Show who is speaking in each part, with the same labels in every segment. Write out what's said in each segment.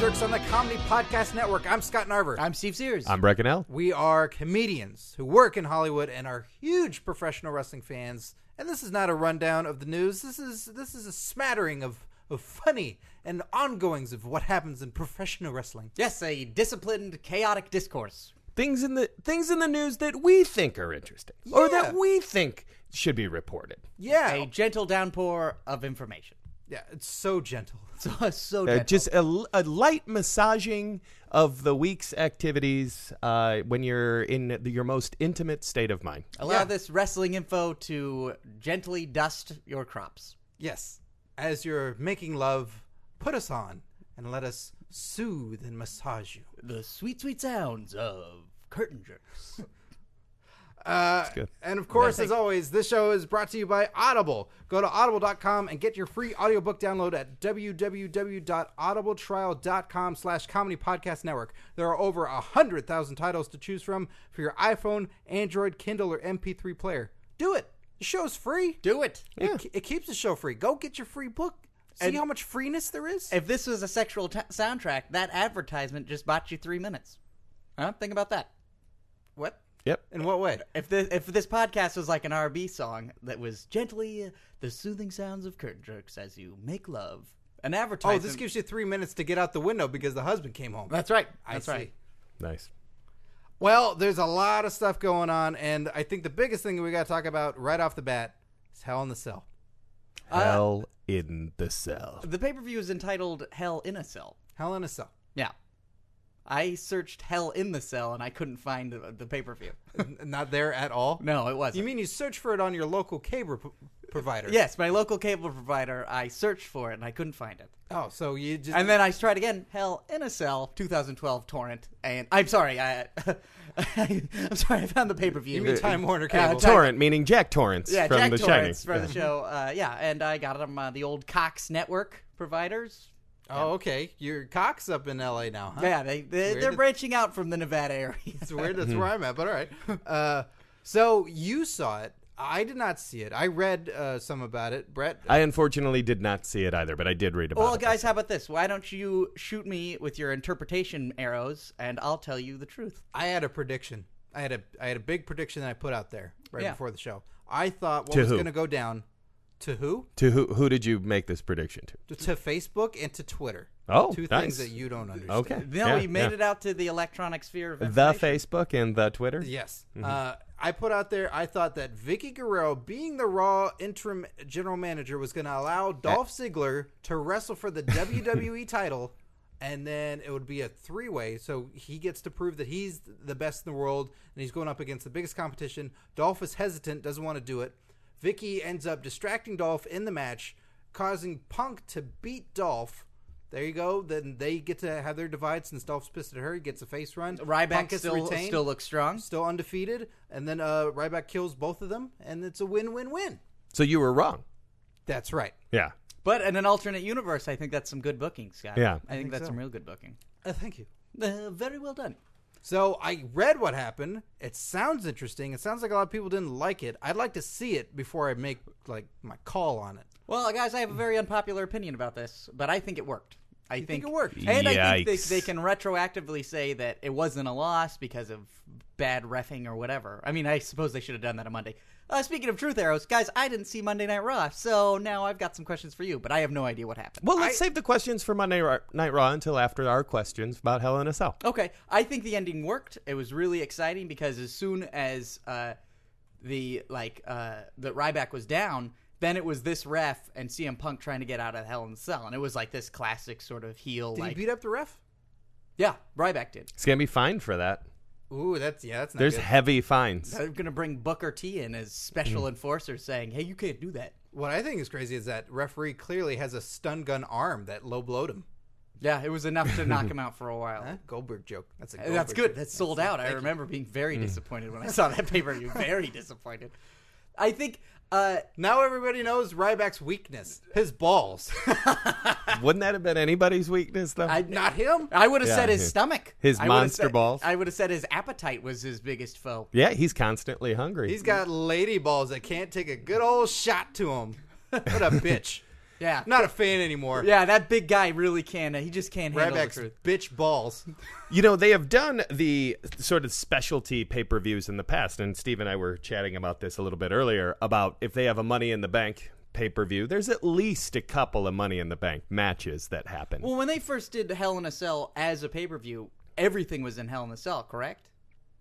Speaker 1: works on the Comedy Podcast Network. I'm Scott Narver.
Speaker 2: I'm Steve Sears.
Speaker 3: I'm Breckenell.
Speaker 1: we are comedians who work in Hollywood and are huge professional wrestling fans. And this is not a rundown of the news. This is this is a smattering of, of funny and ongoings of what happens in professional wrestling.
Speaker 2: yes, a disciplined, chaotic discourse.
Speaker 3: Things in the things in the news that we think are interesting or that
Speaker 1: Yeah.
Speaker 3: we think should be reported.
Speaker 1: Yeah,
Speaker 2: A gentle downpour of information.
Speaker 1: yeah, it's so gentle.
Speaker 2: So, so
Speaker 3: Uh,
Speaker 2: gentle.
Speaker 3: just a, l- a light massaging of the week's activities uh, when you're in the, your most intimate state of mind.
Speaker 2: Allow
Speaker 1: Yeah.
Speaker 2: this wrestling info to gently dust your crops.
Speaker 1: Yes, as you're making love, put us on and let us soothe and massage you.
Speaker 2: The sweet, sweet sounds of curtain jerks.
Speaker 1: Uh, and of course, as always, this show is brought to you by Audible. Go to audible.com and get your free audiobook download at www.audibletrial.com slash comedy podcast network. There are over 100,000 titles to choose from for your iPhone, Android, Kindle, or MP3 player. Do it. The show's free.
Speaker 2: Do it.
Speaker 1: It, it keeps the show free. Go get your free book. See how much freeness there is?
Speaker 2: If this was a sexual t- soundtrack, that advertisement just bought you three minutes. Huh? Think about that.
Speaker 1: what?
Speaker 3: Yep.
Speaker 1: In what way?
Speaker 2: If this if this podcast was like an R&B song that was gently uh, the soothing sounds of curtain jerks as you make love, an
Speaker 1: Oh,
Speaker 2: advertisement.
Speaker 1: this gives you three minutes to get out the window because the husband came home.
Speaker 2: That's right.
Speaker 1: I
Speaker 2: That's
Speaker 1: see.
Speaker 2: right.
Speaker 3: Nice.
Speaker 1: Well, there's a lot of stuff going on, and I think the biggest thing we got to talk about right off the bat is Hell in the Cell.
Speaker 3: Hell in the cell.
Speaker 2: The pay per view is entitled Hell in a Cell.
Speaker 1: Hell in a Cell.
Speaker 2: Yeah. I searched Hell in the Cell and I couldn't find the, the pay per view.
Speaker 1: N- Not there at all.
Speaker 2: No, it wasn't.
Speaker 1: You mean you search for it on your local cable pro- provider?
Speaker 2: yes, my local cable provider, I searched for it and I couldn't find it.
Speaker 1: Oh, so you just
Speaker 2: And then I tried again, Hell in a Cell 2012 torrent. And I'm sorry, I, I'm sorry, I found the pay per view.
Speaker 1: you mean Time Warner
Speaker 2: Uh,
Speaker 1: Cable?
Speaker 2: Time-
Speaker 3: Torrent, meaning Jack Torrance
Speaker 2: Yeah,
Speaker 3: from
Speaker 2: Jack
Speaker 3: The Shining.
Speaker 2: Torrance from the show. Uh, yeah, and I got it on uh, the old Cox Network providers.
Speaker 1: oh, okay. Your cock's up in L.A. now, huh?
Speaker 2: Yeah, they, they
Speaker 1: Weird.
Speaker 2: they're branching out from the Nevada area.
Speaker 1: It's weird. That's where I'm at, but all right. Uh, so you saw it. I did not see it. I read uh, some about it. Brett,
Speaker 3: I unfortunately did not see it either, but I did read about
Speaker 2: Well,
Speaker 3: it.
Speaker 2: guys, how about this? Why don't you shoot me with your interpretation arrows, and I'll tell you the truth.
Speaker 1: I had a prediction. I had a I had a big prediction that I put out there right
Speaker 2: Yeah.
Speaker 1: before the show. I thought what
Speaker 3: To
Speaker 1: was
Speaker 3: who?
Speaker 1: going to go down to who?
Speaker 3: To who, who did you make this prediction to?
Speaker 1: To, to Facebook and to Twitter.
Speaker 3: Oh,
Speaker 1: two
Speaker 3: nice.
Speaker 1: things that you don't understand.
Speaker 3: Okay.
Speaker 2: No,
Speaker 3: Yeah,
Speaker 2: you made
Speaker 3: yeah.
Speaker 2: it out to the electronic sphere of
Speaker 3: The
Speaker 2: information.
Speaker 3: Facebook and the Twitter.
Speaker 1: Yes.
Speaker 2: Mm-hmm.
Speaker 1: Uh, I put out there. I thought that Vicky Guerrero, being the Raw interim general manager, was going to allow Dolph Ziggler to wrestle for the WWE title, and then it would be a three way. So he gets to prove that he's the best in the world, and he's going up against the biggest competition. Dolph is hesitant, doesn't want to do it. Vicky ends up distracting Dolph in the match, causing Punk to beat Dolph. There you go. Then they get to have their divide since Dolph's pissed at her. He gets a face run. Punk
Speaker 2: Ryback
Speaker 1: gets
Speaker 2: still
Speaker 1: retained
Speaker 2: still looks strong.
Speaker 1: still undefeated, and then uh, Ryback kills both of them, and it's a win-win-win.
Speaker 3: So you were wrong.
Speaker 1: That's right.
Speaker 3: Yeah.
Speaker 2: But in an alternate universe, I think that's some good booking, Scott.
Speaker 3: Yeah.
Speaker 2: I think,
Speaker 1: think
Speaker 2: that's
Speaker 1: so.
Speaker 2: some real good booking.
Speaker 1: Uh, thank you.
Speaker 2: Uh, very well done.
Speaker 1: So I read what happened. It sounds interesting. It sounds like a lot of people didn't like it. I'd like to see it before I make like my call on it.
Speaker 2: Well, guys, I have a very unpopular opinion about this, but I think it worked. I
Speaker 1: think it worked?
Speaker 2: and I think
Speaker 3: Yikes.
Speaker 2: they, they can retroactively say that it wasn't a loss because of bad refing or whatever. I mean, I suppose they should have done that on Monday. Uh, speaking of truth arrows, guys, I didn't see Monday Night Raw, so now I've got some questions for you, but I have no idea what happened.
Speaker 3: Well, let's save the questions for Monday Ra- Night Raw until after our questions about Hell in a Cell.
Speaker 2: Okay, I think the ending worked. It was really exciting because as soon as uh, the like uh, the Ryback was down, then it was this ref and CM Punk trying to get out of Hell in a Cell, and it was like this classic sort of heel.
Speaker 1: Did
Speaker 2: like,
Speaker 1: he beat up the ref?
Speaker 2: yeah, Ryback did.
Speaker 3: He's gonna be fined for that.
Speaker 1: Ooh, that's yeah, that's not
Speaker 3: There's
Speaker 1: good.
Speaker 3: heavy fines.
Speaker 2: They're going to bring Booker T in as special
Speaker 1: Mm.
Speaker 2: enforcer, saying, "Hey, you can't do that."
Speaker 1: What I think is crazy is that referee clearly has a stun gun arm that low blowed him.
Speaker 2: Yeah, it was enough to knock him out for a while.
Speaker 1: Huh? Goldberg joke. That's a
Speaker 2: Uh,
Speaker 1: Goldberg
Speaker 2: That's good.
Speaker 1: joke.
Speaker 2: That's sold out. I remember being very
Speaker 1: Mm.
Speaker 2: disappointed when I saw that pay per view. Very disappointed. I think. Uh,
Speaker 1: Now everybody knows Ryback's weakness: his balls.
Speaker 3: Wouldn't that have been anybody's weakness though?
Speaker 2: I,
Speaker 1: not him.
Speaker 2: I would have
Speaker 3: Yeah.
Speaker 2: said his stomach.
Speaker 3: His
Speaker 2: I would've
Speaker 3: monster
Speaker 2: said-
Speaker 3: balls.
Speaker 2: I would have said his appetite was his biggest foe.
Speaker 3: yeah, he's constantly hungry.
Speaker 1: He's got lady balls that can't take a good old shot to him. What a bitch.
Speaker 2: Yeah.
Speaker 1: Not a fan anymore.
Speaker 2: Yeah, that big guy really can. He just can't handle
Speaker 1: Ryback's
Speaker 2: the truth.
Speaker 1: bitch balls.
Speaker 4: You know, they have done the sort of specialty pay per views in the past, and Steve and I were chatting about this a little bit earlier about if they have a Money in the Bank pay per view, there's at least a couple of Money in the Bank matches that happen.
Speaker 2: Well, when they first did Hell in a Cell as a pay per view, everything was in Hell in a Cell, correct?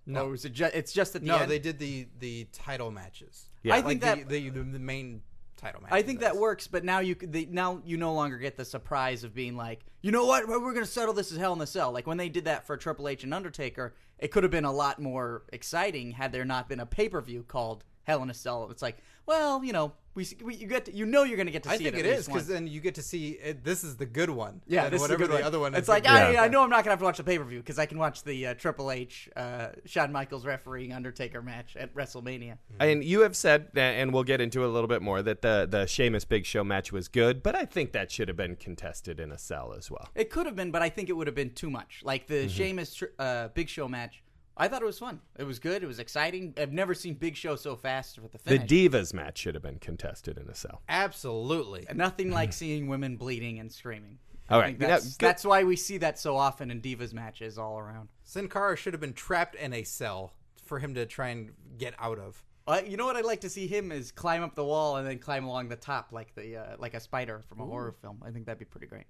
Speaker 2: No, or was it ju- it's just at the
Speaker 1: No,
Speaker 2: end.
Speaker 1: they did the the title matches.
Speaker 4: Yeah.
Speaker 2: I think
Speaker 1: Like
Speaker 2: that
Speaker 1: the, the, the main title match.
Speaker 2: I think that works, but now you c- they, now you no longer get the surprise of being like, you know what, we're going to settle this as Hell in a Cell. Like when they did that for Triple H and Undertaker, it could have been a lot more exciting had there not been a pay per view called Hell in a Cell. It's like, well, you know, we, s- we you get to, you know you're going to get to see
Speaker 1: I think it
Speaker 2: it, at
Speaker 1: is
Speaker 2: least
Speaker 1: because
Speaker 2: once.
Speaker 1: then you get to see it, this is the good one.
Speaker 2: yeah,
Speaker 1: and
Speaker 2: this
Speaker 1: whatever
Speaker 2: is a good
Speaker 1: the other one.
Speaker 2: It's
Speaker 1: is
Speaker 2: like ah.
Speaker 1: the
Speaker 2: I,
Speaker 1: good
Speaker 2: I
Speaker 1: one.
Speaker 2: know I'm not gonna have to watch the pay per view because I can watch the uh, Triple H, uh, Shawn Michaels refereeing Undertaker match at WrestleMania.
Speaker 4: And you have said, uh, and we'll get into it a little bit more, that the, the Sheamus Big Show match was good, but I think that should have been contested in a cell as well.
Speaker 2: It could have been, but I think it would have been too much. Like the
Speaker 4: Mm-hmm.
Speaker 2: Sheamus tr- uh, Big Show match, I thought it was fun. It was good. It was exciting. I've never seen Big Show so fast with the
Speaker 4: The
Speaker 2: finish.
Speaker 4: Divas match should have been contested in a cell.
Speaker 1: Absolutely.
Speaker 2: Nothing like seeing women bleeding and screaming.
Speaker 4: All
Speaker 2: I
Speaker 4: right,
Speaker 2: think
Speaker 4: now,
Speaker 2: that's,
Speaker 4: go-
Speaker 2: that's why we see that so often in divas matches all around.
Speaker 1: Sin Cara should have been trapped in a cell for him to try and get out of.
Speaker 2: Uh, you know what I'd like to see him is climb up the wall and then climb along the top like the uh, like a spider from a horror film. I think that'd be pretty great.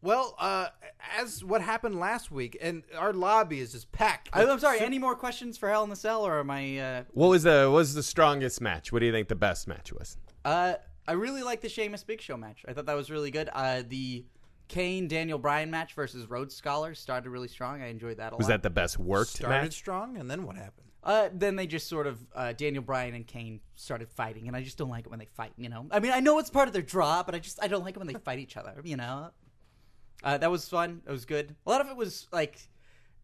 Speaker 1: Well, uh, as what happened last week, and our lobby is just packed.
Speaker 2: I,
Speaker 1: with
Speaker 2: I'm sorry.
Speaker 1: su-
Speaker 2: Any more questions for Hell in the Cell, or am I? Uh,
Speaker 4: What was the what was the strongest match? What do you think the best match was?
Speaker 2: uh, I really like the Sheamus Big Show match. I thought that was really good. Uh, the Kane Daniel Bryan match versus Rhodes Scholar started really strong. I enjoyed that a
Speaker 4: Was
Speaker 2: lot.
Speaker 4: that the best worked
Speaker 1: started
Speaker 4: match?
Speaker 1: strong, and then what happened?
Speaker 2: Uh, then they just sort of uh, Daniel Bryan and Kane started fighting, and I just don't like it when they fight. You know, I mean, I know it's part of their draw, but I just I don't like it when they fight each other. You know, uh, that was fun. It was good. A lot of it was like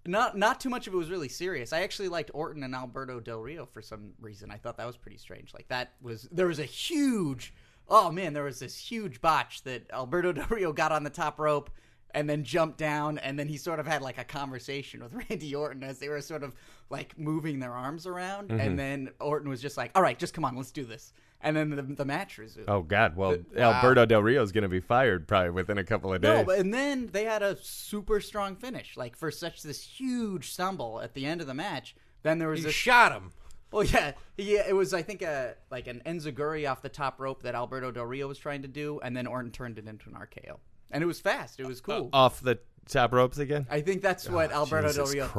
Speaker 2: not not too much of it was really serious. I actually liked Orton and Alberto Del Rio for some reason. I thought that was pretty strange. Like that was there was a huge oh man, there was this huge botch that Alberto Del Rio got on the top rope and then jumped down and then he sort of had like a conversation with Randy Orton as they were sort of like moving their arms around and then Orton was just like, "All right, just come on, let's do this." And then the, the match resumed.
Speaker 4: Oh God!
Speaker 1: Uh,
Speaker 4: Well, Alberto Del Rio is going to be fired probably within a couple of days.
Speaker 2: No, but and then they had a super strong finish. Like for such this huge stumble at the end of the match, then there was
Speaker 1: You
Speaker 2: this.
Speaker 1: shot him.
Speaker 2: Well, yeah, yeah. It was I think a like an enziguri off the top rope that Alberto Del Rio was trying to do, and then Orton turned it into an RKO, and it was fast. It
Speaker 1: Uh,
Speaker 2: was cool.
Speaker 4: Off the top ropes again.
Speaker 2: I think that's what Alberto Del
Speaker 4: Jesus
Speaker 2: Rio thought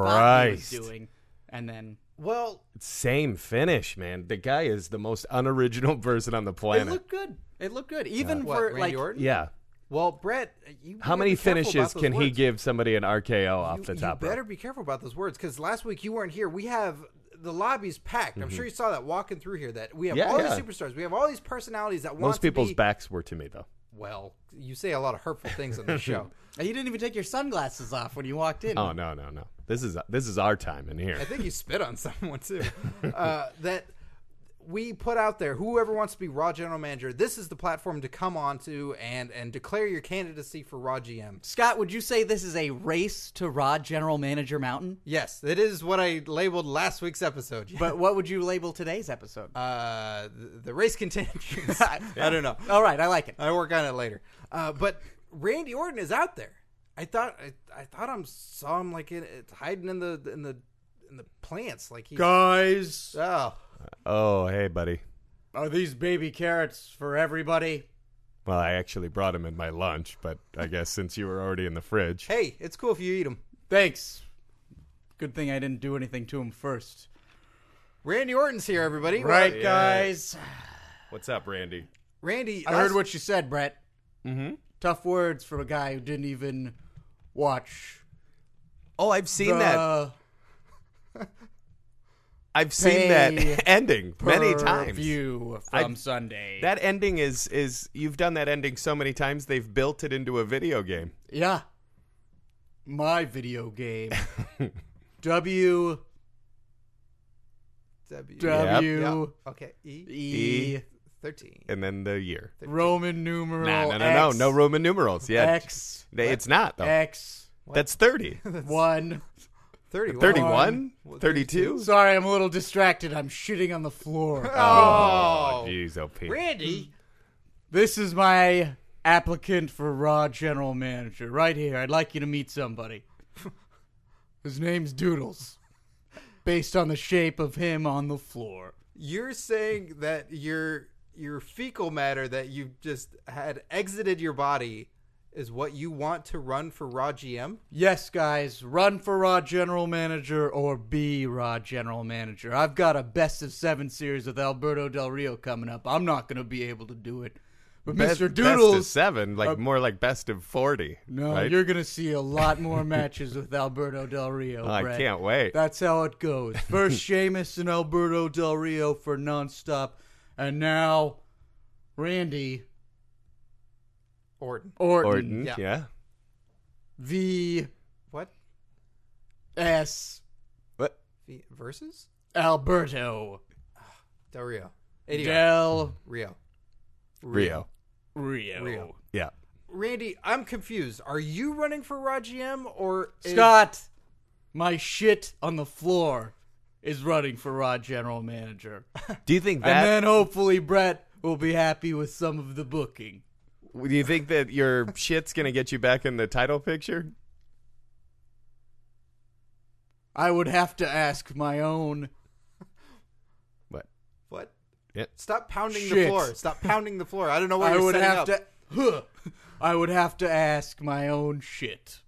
Speaker 2: he was
Speaker 4: Christ.
Speaker 2: doing, and then
Speaker 1: Well,
Speaker 4: Same finish, man. The guy is the most unoriginal person on the
Speaker 2: it
Speaker 4: planet.
Speaker 2: looked good. It looked good, even
Speaker 1: Uh, what,
Speaker 2: for
Speaker 1: Randy
Speaker 2: like
Speaker 1: Orton?
Speaker 4: yeah.
Speaker 1: Well, Brett, you
Speaker 4: How
Speaker 1: better
Speaker 4: many
Speaker 1: be careful about
Speaker 4: finishes
Speaker 1: those
Speaker 4: can he
Speaker 1: words.
Speaker 4: give somebody an RKO off
Speaker 1: You-
Speaker 4: the top
Speaker 1: You better
Speaker 4: rope?
Speaker 1: be careful about those words because last week you weren't here. We have the lobby's packed. I'm sure you saw that walking through here. That we have
Speaker 4: Mm-hmm. Yeah,
Speaker 1: all
Speaker 4: yeah.
Speaker 1: these superstars. We have all these personalities that want
Speaker 4: Most people's
Speaker 1: to be.
Speaker 4: backs were to me though.
Speaker 1: well, you say a lot of hurtful things on this show.
Speaker 2: you didn't even take your sunglasses off when you walked in.
Speaker 4: Oh no, no, no. This is this is our time in
Speaker 1: I
Speaker 4: here.
Speaker 1: think you spit on someone too. Uh, that we put out there. Whoever wants to be Raw general manager, this is the platform to come on to and and declare your candidacy for Raw GM.
Speaker 2: Scott, would you say this is a race to Rod General Manager Mountain?
Speaker 1: Yes, that is what I labeled last week's episode.
Speaker 2: But what would you label today's episode?
Speaker 1: uh, the, the race continues. I don't know.
Speaker 2: All right, I like it.
Speaker 1: I work on it later. Uh, but Randy Orton is out there. I thought I, I thought I'm saw him like in, it's hiding in the in the in the plants like he.
Speaker 2: Guys,
Speaker 1: Oh,
Speaker 4: Oh, hey, buddy.
Speaker 2: are these baby carrots for everybody?
Speaker 4: Well, I actually brought him in my lunch, but I guess since you were already in the fridge.
Speaker 1: hey, it's cool if you eat him.
Speaker 2: Thanks. Good thing I didn't do anything to him first.
Speaker 1: Randy Orton's here, everybody.
Speaker 2: Right,
Speaker 1: Well,
Speaker 2: guys.
Speaker 4: What's up, Randy?
Speaker 1: Randy.
Speaker 2: I heard what you said, Brett. Mm-hmm. Tough words from a guy who didn't even watch
Speaker 4: Oh, I've
Speaker 2: the
Speaker 4: seen that. I've
Speaker 2: pay
Speaker 4: seen that ending many times.
Speaker 2: view from Sunday.
Speaker 4: That ending is is you've done that ending so many times they've built it into a video game.
Speaker 2: Yeah. My video game. W
Speaker 1: W.
Speaker 2: W
Speaker 1: Yeah. Okay. E
Speaker 2: E
Speaker 4: E.
Speaker 1: thirteen.
Speaker 4: And then the year.
Speaker 2: Roman numeral.
Speaker 4: Nah, no, no, no,
Speaker 2: X,
Speaker 4: no Roman numerals. Yeah,
Speaker 2: X
Speaker 4: They- it's not though.
Speaker 2: X
Speaker 4: That's thirty.
Speaker 2: one.
Speaker 1: Thirty.
Speaker 4: Thirty-one. Thirty-two.
Speaker 2: Sorry, I'm a little distracted. I'm shitting on the floor.
Speaker 4: Oh, jeez, oh, Pete.
Speaker 1: Oh, Randy.
Speaker 2: this is my applicant for Raw general manager right here. I'd like you to meet somebody. His name's Doodles, based on the shape of him on the floor.
Speaker 1: You're saying that your your fecal matter that you just had exited your body is what you want to run for Raw GM?
Speaker 2: Yes, guys, run for Raw General Manager or be Raw General Manager. I've got a best of seven series with Alberto Del Rio coming up. I'm not going to be able to do it. But
Speaker 3: Best-
Speaker 2: Mr.
Speaker 3: Best of
Speaker 2: Doodles,
Speaker 3: seven, like more like best of 40.
Speaker 2: no,
Speaker 3: right?
Speaker 2: you're going to see a lot more matches with Alberto Del Rio.
Speaker 3: oh, I
Speaker 2: Brett.
Speaker 3: can't wait.
Speaker 2: That's how it goes. First Sheamus and Alberto Del Rio for nonstop, and now Randy
Speaker 1: Orton.
Speaker 2: Orton,
Speaker 3: Orton,
Speaker 1: yeah.
Speaker 3: yeah.
Speaker 2: V
Speaker 1: What?
Speaker 2: S
Speaker 3: What?
Speaker 1: V- Versus?
Speaker 2: Alberto
Speaker 1: Del Rio. Anyway,
Speaker 2: Del
Speaker 1: Rio.
Speaker 3: Rio.
Speaker 2: Rio.
Speaker 1: Rio.
Speaker 3: Yeah.
Speaker 1: Randy, I'm confused. Are you running for Raw GM or is-
Speaker 2: Scott, my shit on the floor is running for Raw General Manager,
Speaker 3: Do you think
Speaker 2: and
Speaker 3: that?
Speaker 2: then hopefully Brett will be happy with some of the booking.
Speaker 3: do you think that your shit's gonna get you back in the title picture?
Speaker 2: I would have to ask my own
Speaker 3: What?
Speaker 1: what?
Speaker 3: Yeah.
Speaker 1: Stop pounding the
Speaker 2: Shit.
Speaker 1: floor. Stop pounding the floor. I don't know what
Speaker 2: I
Speaker 1: you're
Speaker 2: would
Speaker 1: setting
Speaker 2: have
Speaker 1: up.
Speaker 2: to. Huh. I would have to ask my own shit.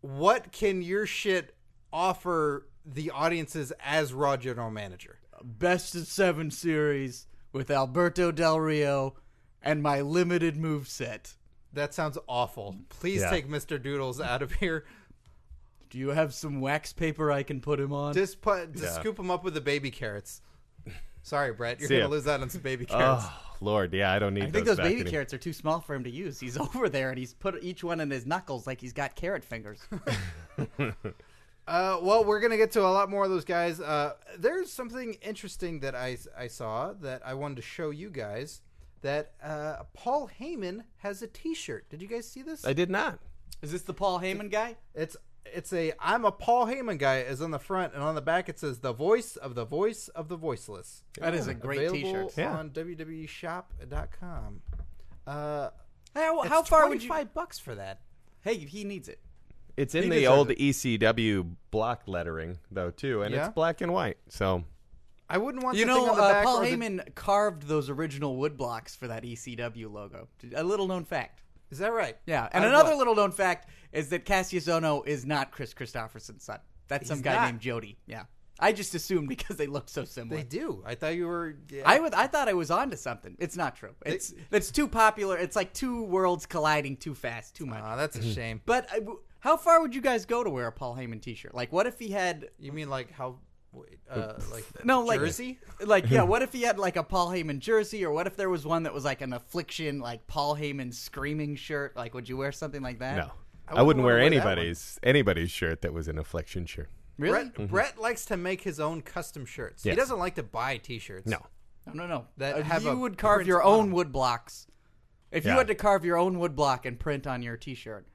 Speaker 1: What can your shit offer the audiences as Raw General Manager?
Speaker 2: Best of seven series with Alberto Del Rio and my limited moveset.
Speaker 1: That sounds awful. Please
Speaker 3: Yeah.
Speaker 1: take Mr. Doodles out of here.
Speaker 2: Do you have some wax paper I can put him on?
Speaker 1: Just put, just
Speaker 3: Yeah.
Speaker 1: scoop him up with the baby carrots. Sorry, Brett, you're
Speaker 3: See
Speaker 1: gonna
Speaker 3: ya.
Speaker 1: lose out on some baby carrots.
Speaker 3: Oh Lord, yeah, I don't need.
Speaker 2: I think those
Speaker 3: back
Speaker 2: baby
Speaker 3: anymore.
Speaker 2: carrots are too small for him to use. He's over there and he's put each one in his knuckles like he's got carrot fingers.
Speaker 1: Uh, well, we're gonna get to a lot more of those guys. Uh, there's something interesting that I I saw that I wanted to show you guys. That uh, Paul Heyman has a T-shirt. Did you guys see this?
Speaker 3: I did not.
Speaker 2: Is this the Paul Heyman guy?
Speaker 1: It's it's a I'm a Paul Heyman guy is on the front and on the back it says the voice of the voice of the voiceless.
Speaker 2: That is a great
Speaker 1: Available
Speaker 2: t-shirt.
Speaker 3: Yeah.
Speaker 1: on
Speaker 2: E
Speaker 1: www.shop.com. Uh,
Speaker 2: How,
Speaker 1: it's
Speaker 2: how far would you
Speaker 1: 25 bucks for that?
Speaker 2: Hey, he needs it.
Speaker 3: It's in
Speaker 1: He
Speaker 3: the
Speaker 1: deserves
Speaker 3: old
Speaker 1: it.
Speaker 3: ECW block lettering though too, and
Speaker 1: Yeah?
Speaker 3: it's black and white. So
Speaker 1: I wouldn't want
Speaker 2: You
Speaker 1: the thing
Speaker 2: know,
Speaker 1: on the
Speaker 2: uh,
Speaker 1: back
Speaker 2: Paul
Speaker 1: or the-
Speaker 2: Heyman carved those original wood blocks for that ECW logo. A little known fact.
Speaker 1: Is that right?
Speaker 2: Yeah, and
Speaker 1: I
Speaker 2: another
Speaker 1: would.
Speaker 2: little known fact is that Cassius Ono is not Chris Christopherson's son. That's some
Speaker 1: He's
Speaker 2: guy
Speaker 1: not.
Speaker 2: named Jody. Yeah, I just assumed because they look so similar.
Speaker 1: They do. I thought you were
Speaker 2: I would, I thought I was onto something. It's not true. It's it's too popular. It's like two worlds colliding too fast, too much.
Speaker 1: Aw, that's a shame.
Speaker 2: but I, how far would you guys go to wear a Paul Heyman T-shirt? Like, what if he had
Speaker 1: You mean like how wait, uh, like
Speaker 2: no like
Speaker 1: Jersey?
Speaker 2: Like, yeah, what if he had like a Paul Heyman jersey, or what if there was one that was like an affliction, like Paul Heyman screaming shirt? Like, would you wear something like that?
Speaker 3: no, I wouldn't,
Speaker 1: wouldn't wanna
Speaker 3: wear,
Speaker 1: wear that
Speaker 3: anybody's anybody's shirt that was an affliction shirt.
Speaker 2: really? Mm-hmm.
Speaker 1: Brett, Brett likes to make his own custom shirts. He
Speaker 3: Yes.
Speaker 1: doesn't like to buy T-shirts.
Speaker 3: No,
Speaker 2: No, no, no.
Speaker 1: That
Speaker 2: Uh,
Speaker 1: have
Speaker 2: you
Speaker 1: a
Speaker 2: would carve
Speaker 1: print
Speaker 2: your
Speaker 1: on
Speaker 2: own
Speaker 1: them.
Speaker 2: wood blocks. If you
Speaker 3: Yeah.
Speaker 2: had to carve your own wood block and print on your T-shirt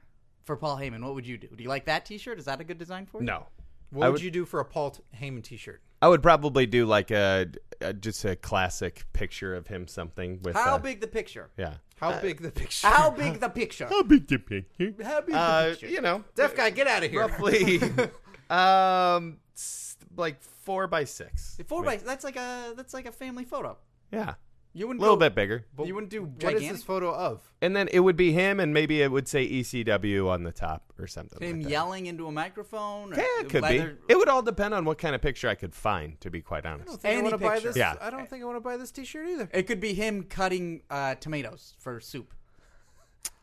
Speaker 2: for Paul Heyman, what would you do? Do you like that T-shirt? Is that a good design for you?
Speaker 3: no.
Speaker 1: What
Speaker 3: I
Speaker 1: would,
Speaker 3: would-
Speaker 1: you do for a Paul T- Heyman T-shirt?
Speaker 3: I would probably do like a, a just a classic picture of him something with
Speaker 2: How
Speaker 3: uh,
Speaker 2: big the picture?
Speaker 3: Yeah.
Speaker 1: How big the picture?
Speaker 2: Uh, How big the picture?
Speaker 3: How big the picture?
Speaker 2: How big the
Speaker 3: Uh,
Speaker 2: picture?
Speaker 3: you know,
Speaker 1: Deaf guy, get out of here.
Speaker 3: roughly, um, s- like four by six.
Speaker 2: Four by that's like a that's like a family photo.
Speaker 3: Yeah,
Speaker 2: You
Speaker 3: a
Speaker 2: wouldn't
Speaker 3: little
Speaker 2: go-
Speaker 3: bit bigger.
Speaker 2: You wouldn't do
Speaker 1: What
Speaker 2: gigantic.
Speaker 1: is this photo of?
Speaker 3: And then it would be him, and maybe it would say ECW on the top or something.
Speaker 2: him
Speaker 3: like that.
Speaker 2: yelling into a microphone. or
Speaker 3: Yeah, it could
Speaker 2: leather-
Speaker 3: be. It would all depend on what kind of picture I could find, to be quite
Speaker 1: I don't
Speaker 3: honest.
Speaker 1: think I
Speaker 2: Any
Speaker 1: want to buy
Speaker 2: picture.
Speaker 1: this.
Speaker 3: Yeah.
Speaker 1: I don't think I want to buy this T-shirt either.
Speaker 2: It could be him cutting uh, tomatoes for soup.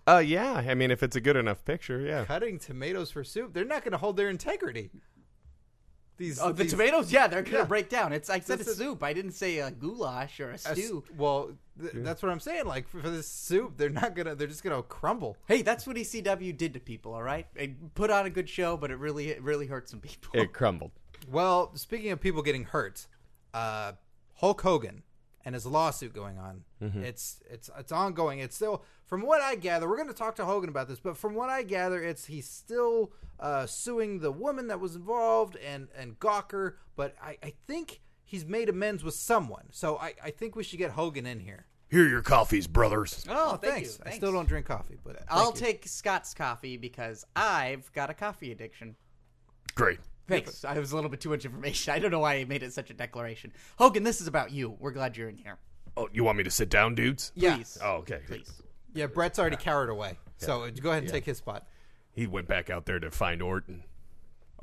Speaker 3: Uh, yeah. I mean, if it's a good enough picture, yeah.
Speaker 1: Cutting tomatoes for soup. They're not going to hold their integrity. These,
Speaker 2: Oh, the
Speaker 1: these-
Speaker 2: tomatoes, yeah, they're gonna
Speaker 1: Yeah.
Speaker 2: break down. It's I said
Speaker 1: This
Speaker 2: a
Speaker 1: is-
Speaker 2: soup. I didn't say a goulash or
Speaker 1: uh,
Speaker 2: a
Speaker 1: s-
Speaker 2: stew.
Speaker 1: Well, th- that's what I'm saying. Like for, for this soup, they're not gonna. They're just gonna crumble.
Speaker 2: Hey, that's what ECW did to people. All right, it put on a good show, but it really, it really hurt some people.
Speaker 3: It crumbled.
Speaker 1: Well, speaking of people getting hurt, uh, Hulk Hogan and his lawsuit going on. It's it's it's ongoing. It's still, from what I gather, we're going to talk to Hogan about this. But from what I gather, it's he's still uh, suing the woman that was involved and and Gawker. But I I think he's made amends with someone. So I I think we should get Hogan in here.
Speaker 4: Here are your coffees, brothers.
Speaker 2: Oh, thank
Speaker 1: Thanks.
Speaker 2: you.
Speaker 1: I still don't drink coffee, but thank
Speaker 2: I'll
Speaker 1: you.
Speaker 2: take Scott's coffee because I've got a coffee addiction.
Speaker 4: Great.
Speaker 2: Thanks. I was a little bit too much information. I don't know why I made it such a declaration. Hogan, this is about you. We're glad you're in here.
Speaker 4: Oh, you want me to sit down, dudes?
Speaker 2: Please.
Speaker 4: Oh, okay.
Speaker 2: Please.
Speaker 1: Yeah, Brett's already cowered away, so go ahead and take his spot.
Speaker 4: He went back out there to find Orton.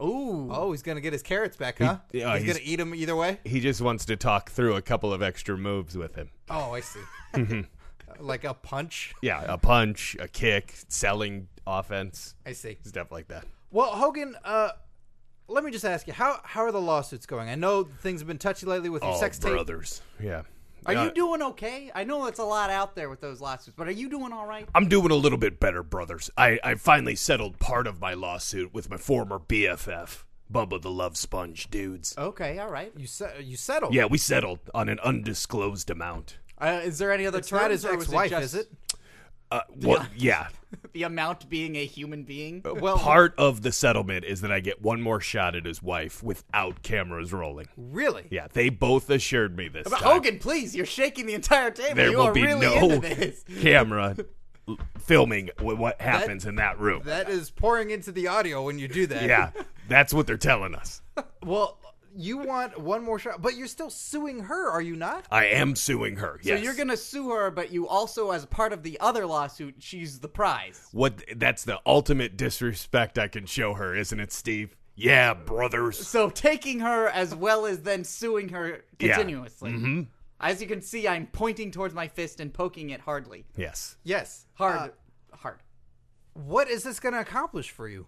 Speaker 2: Ooh.
Speaker 1: Oh, he's gonna get his carrots back, huh?
Speaker 4: yeah,
Speaker 1: he's,
Speaker 4: he's-
Speaker 1: gonna eat them either way.
Speaker 3: He just wants to talk through a couple of extra moves with him.
Speaker 1: Oh, I see.
Speaker 4: Mm-hmm.
Speaker 1: like a punch.
Speaker 3: Yeah, a punch, a kick, selling offense,
Speaker 1: I see.
Speaker 3: stuff like that.
Speaker 1: Well, Hogan, uh, let me just ask you how how are the lawsuits going? I know things have been touchy lately with your
Speaker 4: Oh,
Speaker 1: sex tape.
Speaker 4: brothers.
Speaker 3: Yeah.
Speaker 2: Are
Speaker 3: Uh,
Speaker 2: you doing okay? I know it's a lot out there with those lawsuits, but are you doing all right?
Speaker 4: I'm doing a little bit better, brothers. I, I finally settled part of my lawsuit with my former BFF, Bubba the Love Sponge, dudes.
Speaker 3: Oh.
Speaker 2: Okay, all right.
Speaker 1: You se- you settled.
Speaker 4: Yeah, we settled on an undisclosed amount.
Speaker 2: Uh, is there any other
Speaker 1: it's
Speaker 2: terms?
Speaker 1: not his
Speaker 2: or was
Speaker 1: ex-wife,
Speaker 2: just
Speaker 1: is it?
Speaker 4: Uh, well, yeah.
Speaker 2: The amount being a human being.
Speaker 1: Well,
Speaker 4: Part of the settlement is that I get one more shot at his wife without cameras rolling.
Speaker 1: really?
Speaker 4: Yeah, they both assured me this.
Speaker 2: But
Speaker 4: time.
Speaker 2: Hogan, please, you're shaking the entire table.
Speaker 4: there
Speaker 2: you
Speaker 4: will
Speaker 2: are
Speaker 4: be
Speaker 2: really
Speaker 4: no
Speaker 2: into this.
Speaker 4: camera l- filming wh- what happens in that room.
Speaker 1: That is pouring into the audio when you do that.
Speaker 4: yeah, that's what they're telling us.
Speaker 1: Well, you want one more shot, but you're still suing her, are you not?
Speaker 4: I am suing her.
Speaker 2: So
Speaker 4: Yes.
Speaker 2: you're gonna sue her, but you also, as part of the other lawsuit, she's the prize.
Speaker 4: what? That's the ultimate disrespect I can show her, isn't it, Steve? Yeah, brothers.
Speaker 2: So taking her as well as then suing her
Speaker 4: Yeah. Mm-hmm.
Speaker 2: continuously. As you can see, I'm pointing towards my fist and poking it hardly,
Speaker 4: Yes.
Speaker 1: Yes. Uh,
Speaker 2: hard, hard.
Speaker 1: What is this going to accomplish for you?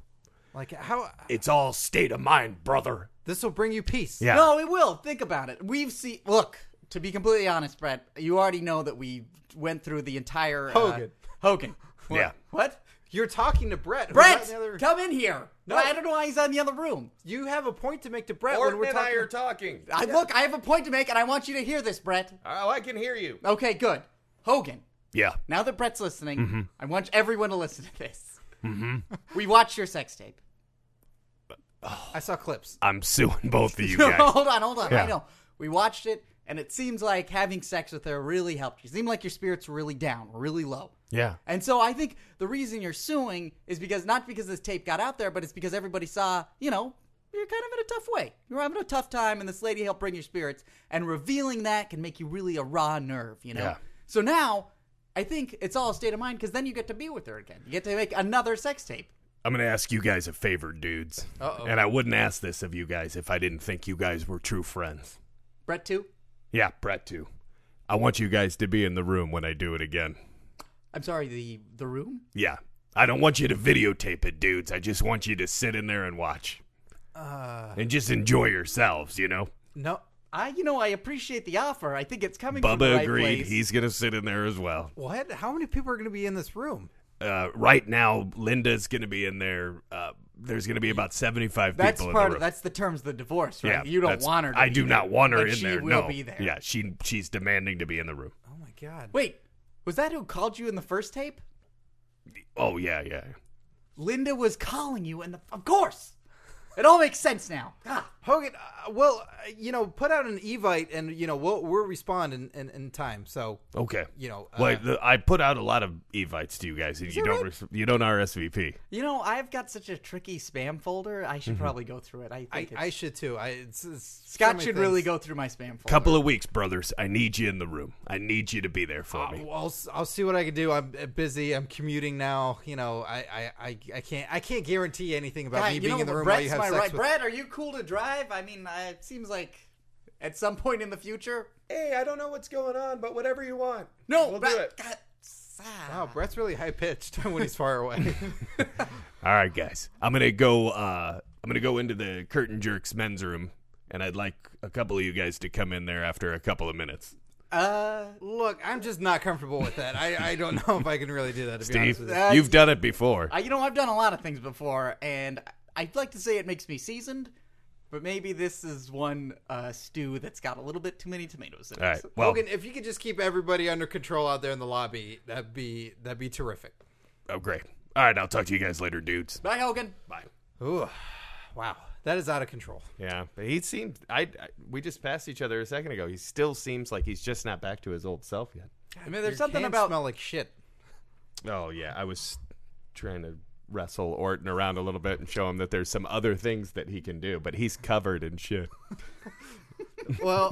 Speaker 1: Like how
Speaker 4: It's all state of mind, brother.
Speaker 1: this will bring you peace?
Speaker 4: Yeah.
Speaker 2: No, it will. Think about it. We've seen. Look, to be completely honest, Brett, you already know that we went through the entire uh,
Speaker 1: Hogan.
Speaker 2: Hogan. What?
Speaker 4: Yeah.
Speaker 2: What?
Speaker 1: You're talking to Brett. who's out
Speaker 2: Brett,
Speaker 1: in the other-
Speaker 2: come in here. Well, I don't know why he's on the other room.
Speaker 1: you have a point to make to Brett when
Speaker 3: Orton
Speaker 1: we're
Speaker 3: and
Speaker 1: talking.
Speaker 3: I are talking.
Speaker 2: I, Look, I have a point to make, and I want you to hear this, Brett.
Speaker 3: Oh, I can hear you.
Speaker 2: Okay, good. Hogan.
Speaker 4: Yeah.
Speaker 2: Now that Brett's listening, I want everyone to listen to this. We watched your sex tape.
Speaker 1: I saw clips.
Speaker 4: I'm suing both of you
Speaker 2: No,
Speaker 4: guys.
Speaker 2: hold on, hold on.
Speaker 4: Yeah.
Speaker 2: I know. We watched it, and it seems like having sex with her really helped. You seem like your spirits were really down, really low.
Speaker 4: Yeah.
Speaker 2: And so I think the reason you're suing is because not because this tape got out there, but it's because everybody saw, you know, you're kind of in a tough way. You're having a tough time, and this lady helped bring your spirits. And revealing that can make you really a raw nerve, you know?
Speaker 4: Yeah.
Speaker 2: So now I think it's all a state of mind because then you get to be with her again. You get to make another sex tape.
Speaker 4: I'm going to ask you guys a favor, dudes.
Speaker 1: Uh-oh.
Speaker 4: And I wouldn't ask this of you guys if I didn't think you guys were true friends.
Speaker 2: Brett, too?
Speaker 4: Yeah, Brett, too. I want you guys to be in the room when I do it again.
Speaker 2: I'm sorry, the, the room?
Speaker 4: Yeah. I don't want you to videotape it, dudes. I just want you to sit in there and watch.
Speaker 2: Uh.
Speaker 4: and just enjoy yourselves, you know?
Speaker 1: No.
Speaker 2: I, you know, I appreciate the offer. I think it's coming from the
Speaker 4: Bubba
Speaker 2: right
Speaker 4: agreed.
Speaker 2: place.
Speaker 4: He's going to sit in there as well.
Speaker 1: What? How many people are going to be in this room?
Speaker 4: Uh, right now, Linda's going to be in there. Uh, there's going to be about 75
Speaker 2: that's part.
Speaker 4: people in the room.
Speaker 2: Of, that's the terms of the divorce, right?
Speaker 4: yeah,
Speaker 2: you don't
Speaker 4: that's-
Speaker 2: want her. To
Speaker 4: I
Speaker 2: be
Speaker 4: do
Speaker 2: there,
Speaker 4: not want her
Speaker 2: but
Speaker 4: in
Speaker 2: she
Speaker 4: there.
Speaker 2: will
Speaker 4: no.
Speaker 2: be there.
Speaker 4: Yeah, she she's demanding to be in the room.
Speaker 1: Oh my god.
Speaker 2: Wait, was that who called you in the first tape?
Speaker 4: Oh yeah, yeah.
Speaker 2: Linda was calling you in the. Of course, it all makes sense now. God.
Speaker 1: Hogan, uh, well, uh, you know, put out an evite, and you know, we'll we'll respond in, in, in time. So
Speaker 4: Okay.
Speaker 1: You know,
Speaker 4: well,
Speaker 1: uh,
Speaker 4: the, I put out a lot of evites to you guys, and you don't res- you don't RSVP.
Speaker 2: You know, I've got such a tricky spam folder. I should probably go through it. I think
Speaker 1: Mm-hmm. I,
Speaker 2: it's-
Speaker 1: I should too. I it's, it's so
Speaker 2: Scott
Speaker 1: many
Speaker 2: should really
Speaker 1: things.
Speaker 2: go through my spam folder.
Speaker 4: Couple of weeks, brothers. I need you in the room. I need you to be there for me.
Speaker 1: Well, I'll, s- I'll see what I can do. I'm uh, busy. I'm commuting now. You know, I, I, I, I can't I can't guarantee anything about
Speaker 2: God,
Speaker 1: me
Speaker 2: you
Speaker 1: being
Speaker 2: know,
Speaker 1: in the room
Speaker 2: Brett's
Speaker 1: while you have
Speaker 2: my
Speaker 1: sex
Speaker 2: right.
Speaker 1: with.
Speaker 2: Brett, are you cool to drive? I mean, uh, it seems like at some point in the future.
Speaker 3: Hey, I don't know what's going on, but whatever you want.
Speaker 2: No,
Speaker 3: We'll do
Speaker 2: Brett.
Speaker 3: it.
Speaker 2: God, ah.
Speaker 1: Wow, Oh, Brett's really high pitched when he's far away.
Speaker 4: All right, guys. I'm gonna go. Uh, I'm gonna go into the curtain jerks men's room, and I'd like a couple of you guys to come in there after a couple of minutes.
Speaker 2: Uh,
Speaker 1: Look, I'm just not comfortable with that. I, I don't know if I can really do that. To be honest
Speaker 4: Steve,
Speaker 1: with you.
Speaker 2: That's-
Speaker 4: you've done it before.
Speaker 2: I, you know, I've done a lot of things before, and I- I'd like to say it makes me seasoned, but maybe this is one uh, stew that's got a little bit too many tomatoes in it.
Speaker 4: All right. Well,
Speaker 1: Hogan, if you could just keep everybody under control out there in the lobby, that'd be that'd be terrific.
Speaker 4: oh great. All right, I'll talk to you guys later, dudes.
Speaker 2: Bye, Hogan.
Speaker 4: Bye.
Speaker 1: Ooh, wow, that is out of control.
Speaker 3: Yeah, but he seemed. I, I we just passed each other a second ago. He still seems like he's just not back to his old self yet.
Speaker 2: I mean, there's
Speaker 1: Your
Speaker 2: something
Speaker 1: cans
Speaker 2: about
Speaker 1: smell like shit.
Speaker 3: Oh yeah, I was trying to wrestle Orton around a little bit and show him that there's some other things that he can do, but he's covered in shit.
Speaker 1: Well,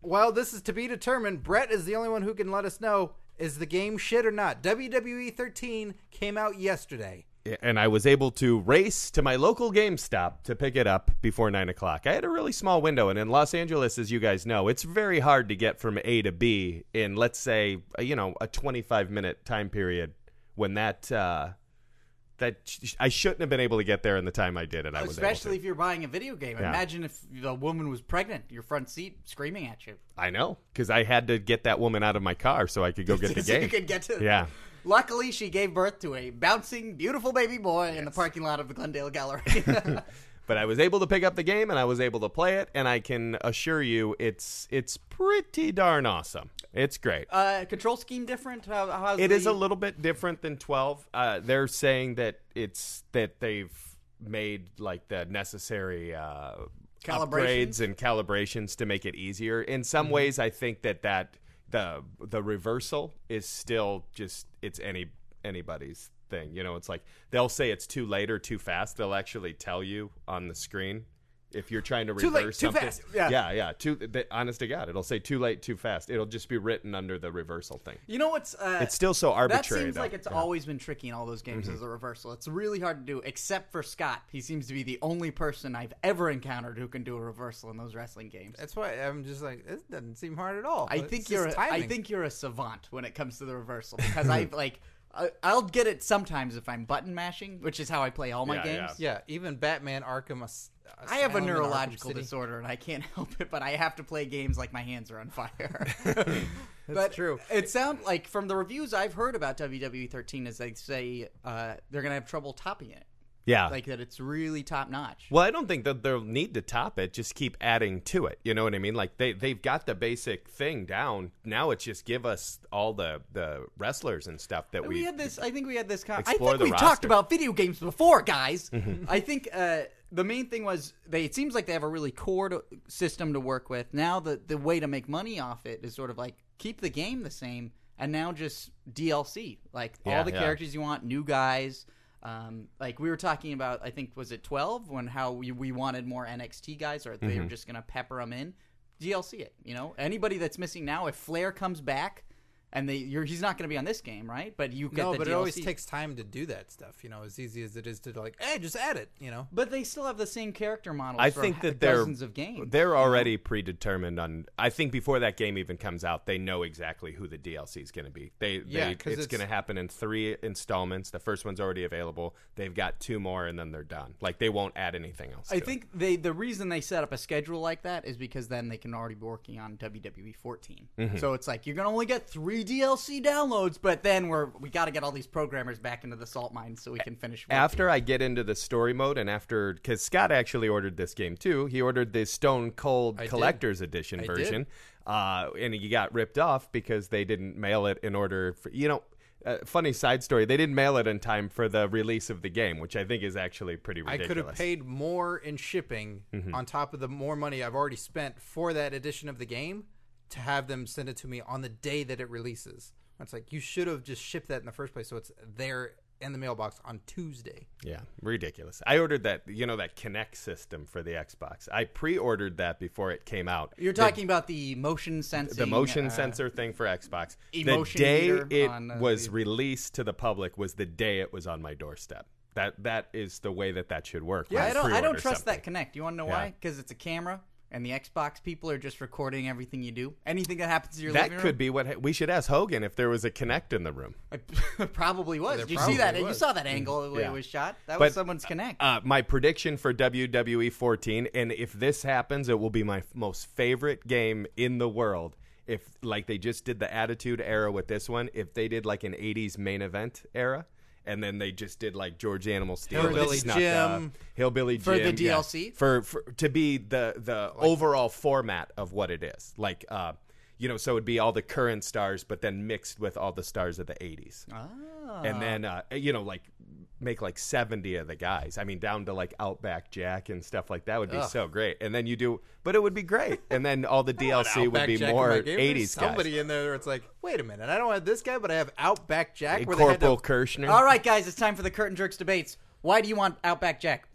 Speaker 1: well, this is to be determined. Brett is the only one who can let us know is the game shit or not. WWE 13 came out yesterday.
Speaker 3: and I was able to race to my local GameStop to pick it up before nine o'clock. I had a really small window, and in Los Angeles, as you guys know, it's very hard to get from A to B in, let's say, uh, you know, a twenty-five minute time period. When that uh, that sh- I shouldn't have been able to get there in the time I did, and I was
Speaker 2: especially
Speaker 3: able
Speaker 2: if you're buying a video game. Imagine if the woman was pregnant, your front seat screaming at you.
Speaker 3: to. I know because I had to get that woman out of my car so I could go get the
Speaker 2: so
Speaker 3: game.
Speaker 2: you could get to
Speaker 3: Yeah.
Speaker 2: Luckily, she gave birth to a bouncing, beautiful baby boy in the parking lot of the Glendale Gallery.
Speaker 3: but I was able to pick up the game and I was able to play it, and I can assure you, it's it's pretty darn awesome. It's great.
Speaker 2: uh, control scheme different. How, how's
Speaker 3: It
Speaker 2: the,
Speaker 3: is a little bit different than 12 uh, they're saying that it's that they've made like the necessary uh,
Speaker 2: Calibrations?
Speaker 3: upgrades and calibrations to make it easier in some ways i think that that the the reversal is still just it's any anybody's thing you know it's like they'll say it's too late or too fast they'll actually tell you on the screen if you're trying to reverse
Speaker 1: late, too
Speaker 3: something,
Speaker 1: fast. Yeah.
Speaker 3: yeah, yeah. Too, they, honest to God, it'll say too late, too fast. It'll just be written under the reversal thing.
Speaker 2: You know what's? Uh,
Speaker 3: It's still so arbitrary.
Speaker 2: That seems
Speaker 3: though.
Speaker 2: like it's
Speaker 3: Yeah. Mm-hmm.
Speaker 2: always been tricky in all those games as a reversal. It's really hard to do, except for Scott. He seems to be the only person I've ever encountered who can do a reversal in those wrestling games.
Speaker 1: That's why I'm just like, this doesn't seem hard at all.
Speaker 2: I
Speaker 1: It's
Speaker 2: think
Speaker 1: just
Speaker 2: you're. A, I
Speaker 1: timing.
Speaker 2: think you're a savant when it comes to the reversal because I like. I- I'll get it sometimes if I'm button mashing, which is how I play all my
Speaker 3: Yeah,
Speaker 2: games.
Speaker 1: Yeah, even Batman Arkham. As-
Speaker 2: I have
Speaker 1: Asylum
Speaker 2: a
Speaker 1: and Arkham
Speaker 2: neurological
Speaker 1: City.
Speaker 2: disorder and I can't help it, but I have to play games like my hands are on fire. That's
Speaker 1: true.
Speaker 2: It sounds like from the reviews I've heard about WWE 13 is they say uh, they're gonna have trouble topping it,
Speaker 3: Yeah.
Speaker 2: like that it's really top notch.
Speaker 3: well, I don't think that they'll need to top it. Just keep adding to it. You know what I mean? Like they they've got the basic thing down. Now it's just give us all the the wrestlers and stuff that
Speaker 2: we
Speaker 3: we.
Speaker 2: had this. I think we had this. Con- I
Speaker 3: Explore
Speaker 2: think
Speaker 3: the
Speaker 2: we
Speaker 3: roster.
Speaker 2: talked about video games before, guys.
Speaker 3: Mm-hmm.
Speaker 2: I think uh, the main thing was they. It seems like they have a really core to, system to work with. Now the the way to make money off it is sort of like keep the game the same, and now just DLC, like
Speaker 3: Yeah,
Speaker 2: all the
Speaker 3: yeah.
Speaker 2: characters you want, new guys. Um, like we were talking about, I think was it twelve when how we, we wanted more NXT guys, or
Speaker 3: Mm-hmm.
Speaker 2: they were just gonna pepper them in. DLC it, you know. Anybody that's missing now, if Flair comes back, and they, you're, he's not going to be on this game, right? But you get
Speaker 1: No,
Speaker 2: the
Speaker 1: but it
Speaker 2: DLC.
Speaker 1: always takes time to do that stuff. You know, as easy as it is to like, hey, just add it. You know,
Speaker 2: But they still have the same character models.
Speaker 3: I
Speaker 2: for
Speaker 3: think
Speaker 2: ha-
Speaker 3: that they're
Speaker 2: dozens of games.
Speaker 3: They're already predetermined on. I think before that game even comes out, they know exactly who the DLC is going to be. They,
Speaker 1: Yeah,
Speaker 3: they
Speaker 1: 'cause
Speaker 3: it's,
Speaker 1: it's-
Speaker 3: going to happen in three installments. The first one's already available. They've got two more, and then they're done. Like they won't add anything else.
Speaker 2: I
Speaker 3: to it.
Speaker 2: think they the reason they set up a schedule like that is because then they can already be working on WWE 14.
Speaker 3: Mm-hmm.
Speaker 2: So it's like you're gonna only get three DLC downloads, but then we're we got to get all these programmers back into the salt mine so we can finish. working.
Speaker 3: after I get into the story mode and after because Scott actually ordered this game too. He ordered the Stone Cold Collector's Edition version, uh, and he got ripped off because they didn't mail it in order. For, you know, uh, funny side story: they didn't mail it in time for the release of the game, which I think is actually pretty
Speaker 1: I
Speaker 3: ridiculous. Mm-hmm.
Speaker 1: could have paid more in shipping on top of the more money I've already spent for that edition of the game to have them send it to me on the day that it releases. It's like you should have just shipped that in the first place, so it's there in the mailbox on Tuesday.
Speaker 3: Yeah, ridiculous. I ordered that, you know, that Kinect system for the Xbox. I pre-ordered that before it came out.
Speaker 2: You're talking about the motion sensing,
Speaker 3: the motion
Speaker 2: uh,
Speaker 3: sensor thing for Xbox. The
Speaker 2: emotion
Speaker 3: day
Speaker 2: meter
Speaker 3: it
Speaker 2: on, uh,
Speaker 3: was released to the public was the day it was on my doorstep. That that is the way that that should work.
Speaker 2: Yeah,
Speaker 3: when
Speaker 2: I don't. I
Speaker 3: pre-order
Speaker 2: don't trust that
Speaker 3: something.
Speaker 2: Connect. You want to know
Speaker 3: Yeah.
Speaker 2: why? Because it's a camera, and the Xbox people are just recording everything you do. Anything that happens to your living
Speaker 3: That
Speaker 2: room.
Speaker 3: could be what we should ask Hogan if there was a Kinect in the room.
Speaker 2: It probably was.
Speaker 1: There
Speaker 2: Did you see that?
Speaker 1: probably
Speaker 2: You
Speaker 1: was.
Speaker 2: saw that angle the way
Speaker 3: Yeah.
Speaker 2: it was shot. That
Speaker 3: But,
Speaker 2: was someone's connect.
Speaker 3: Uh, my prediction for WWE 14, and if this happens, it will be my f- most favorite game in the world. If like they just did the Attitude Era with this one, if they did like an 80s main event era, and then they just did like George Animal Steel, and
Speaker 1: Hillbilly
Speaker 3: snuck, uh,
Speaker 1: Jim.
Speaker 3: Hillbilly
Speaker 2: For the
Speaker 3: Jim, yeah.
Speaker 2: DLC?
Speaker 3: for, for to be the the overall format of what it is, like. uh you know, so it'd be all the current stars, but then mixed with all the stars of the '80s and then uh, you know like make like 70 of the guys. I mean, down to like Outback Jack and stuff like that would be so great. And then you do, but it would be great. And then all the DLC would
Speaker 1: Outback
Speaker 3: be
Speaker 1: Jack in
Speaker 3: more
Speaker 1: my game. There's
Speaker 3: 80s
Speaker 1: Somebody
Speaker 3: guys.
Speaker 1: in there where it's like, wait a minute, I don't have this guy, but I have Outback Jack.
Speaker 3: Hey,
Speaker 1: where they had
Speaker 3: Corporal
Speaker 1: to-
Speaker 3: Kirshner.
Speaker 2: All right, guys, it's time for the curtain jerks debates. Why do you want Outback Jack?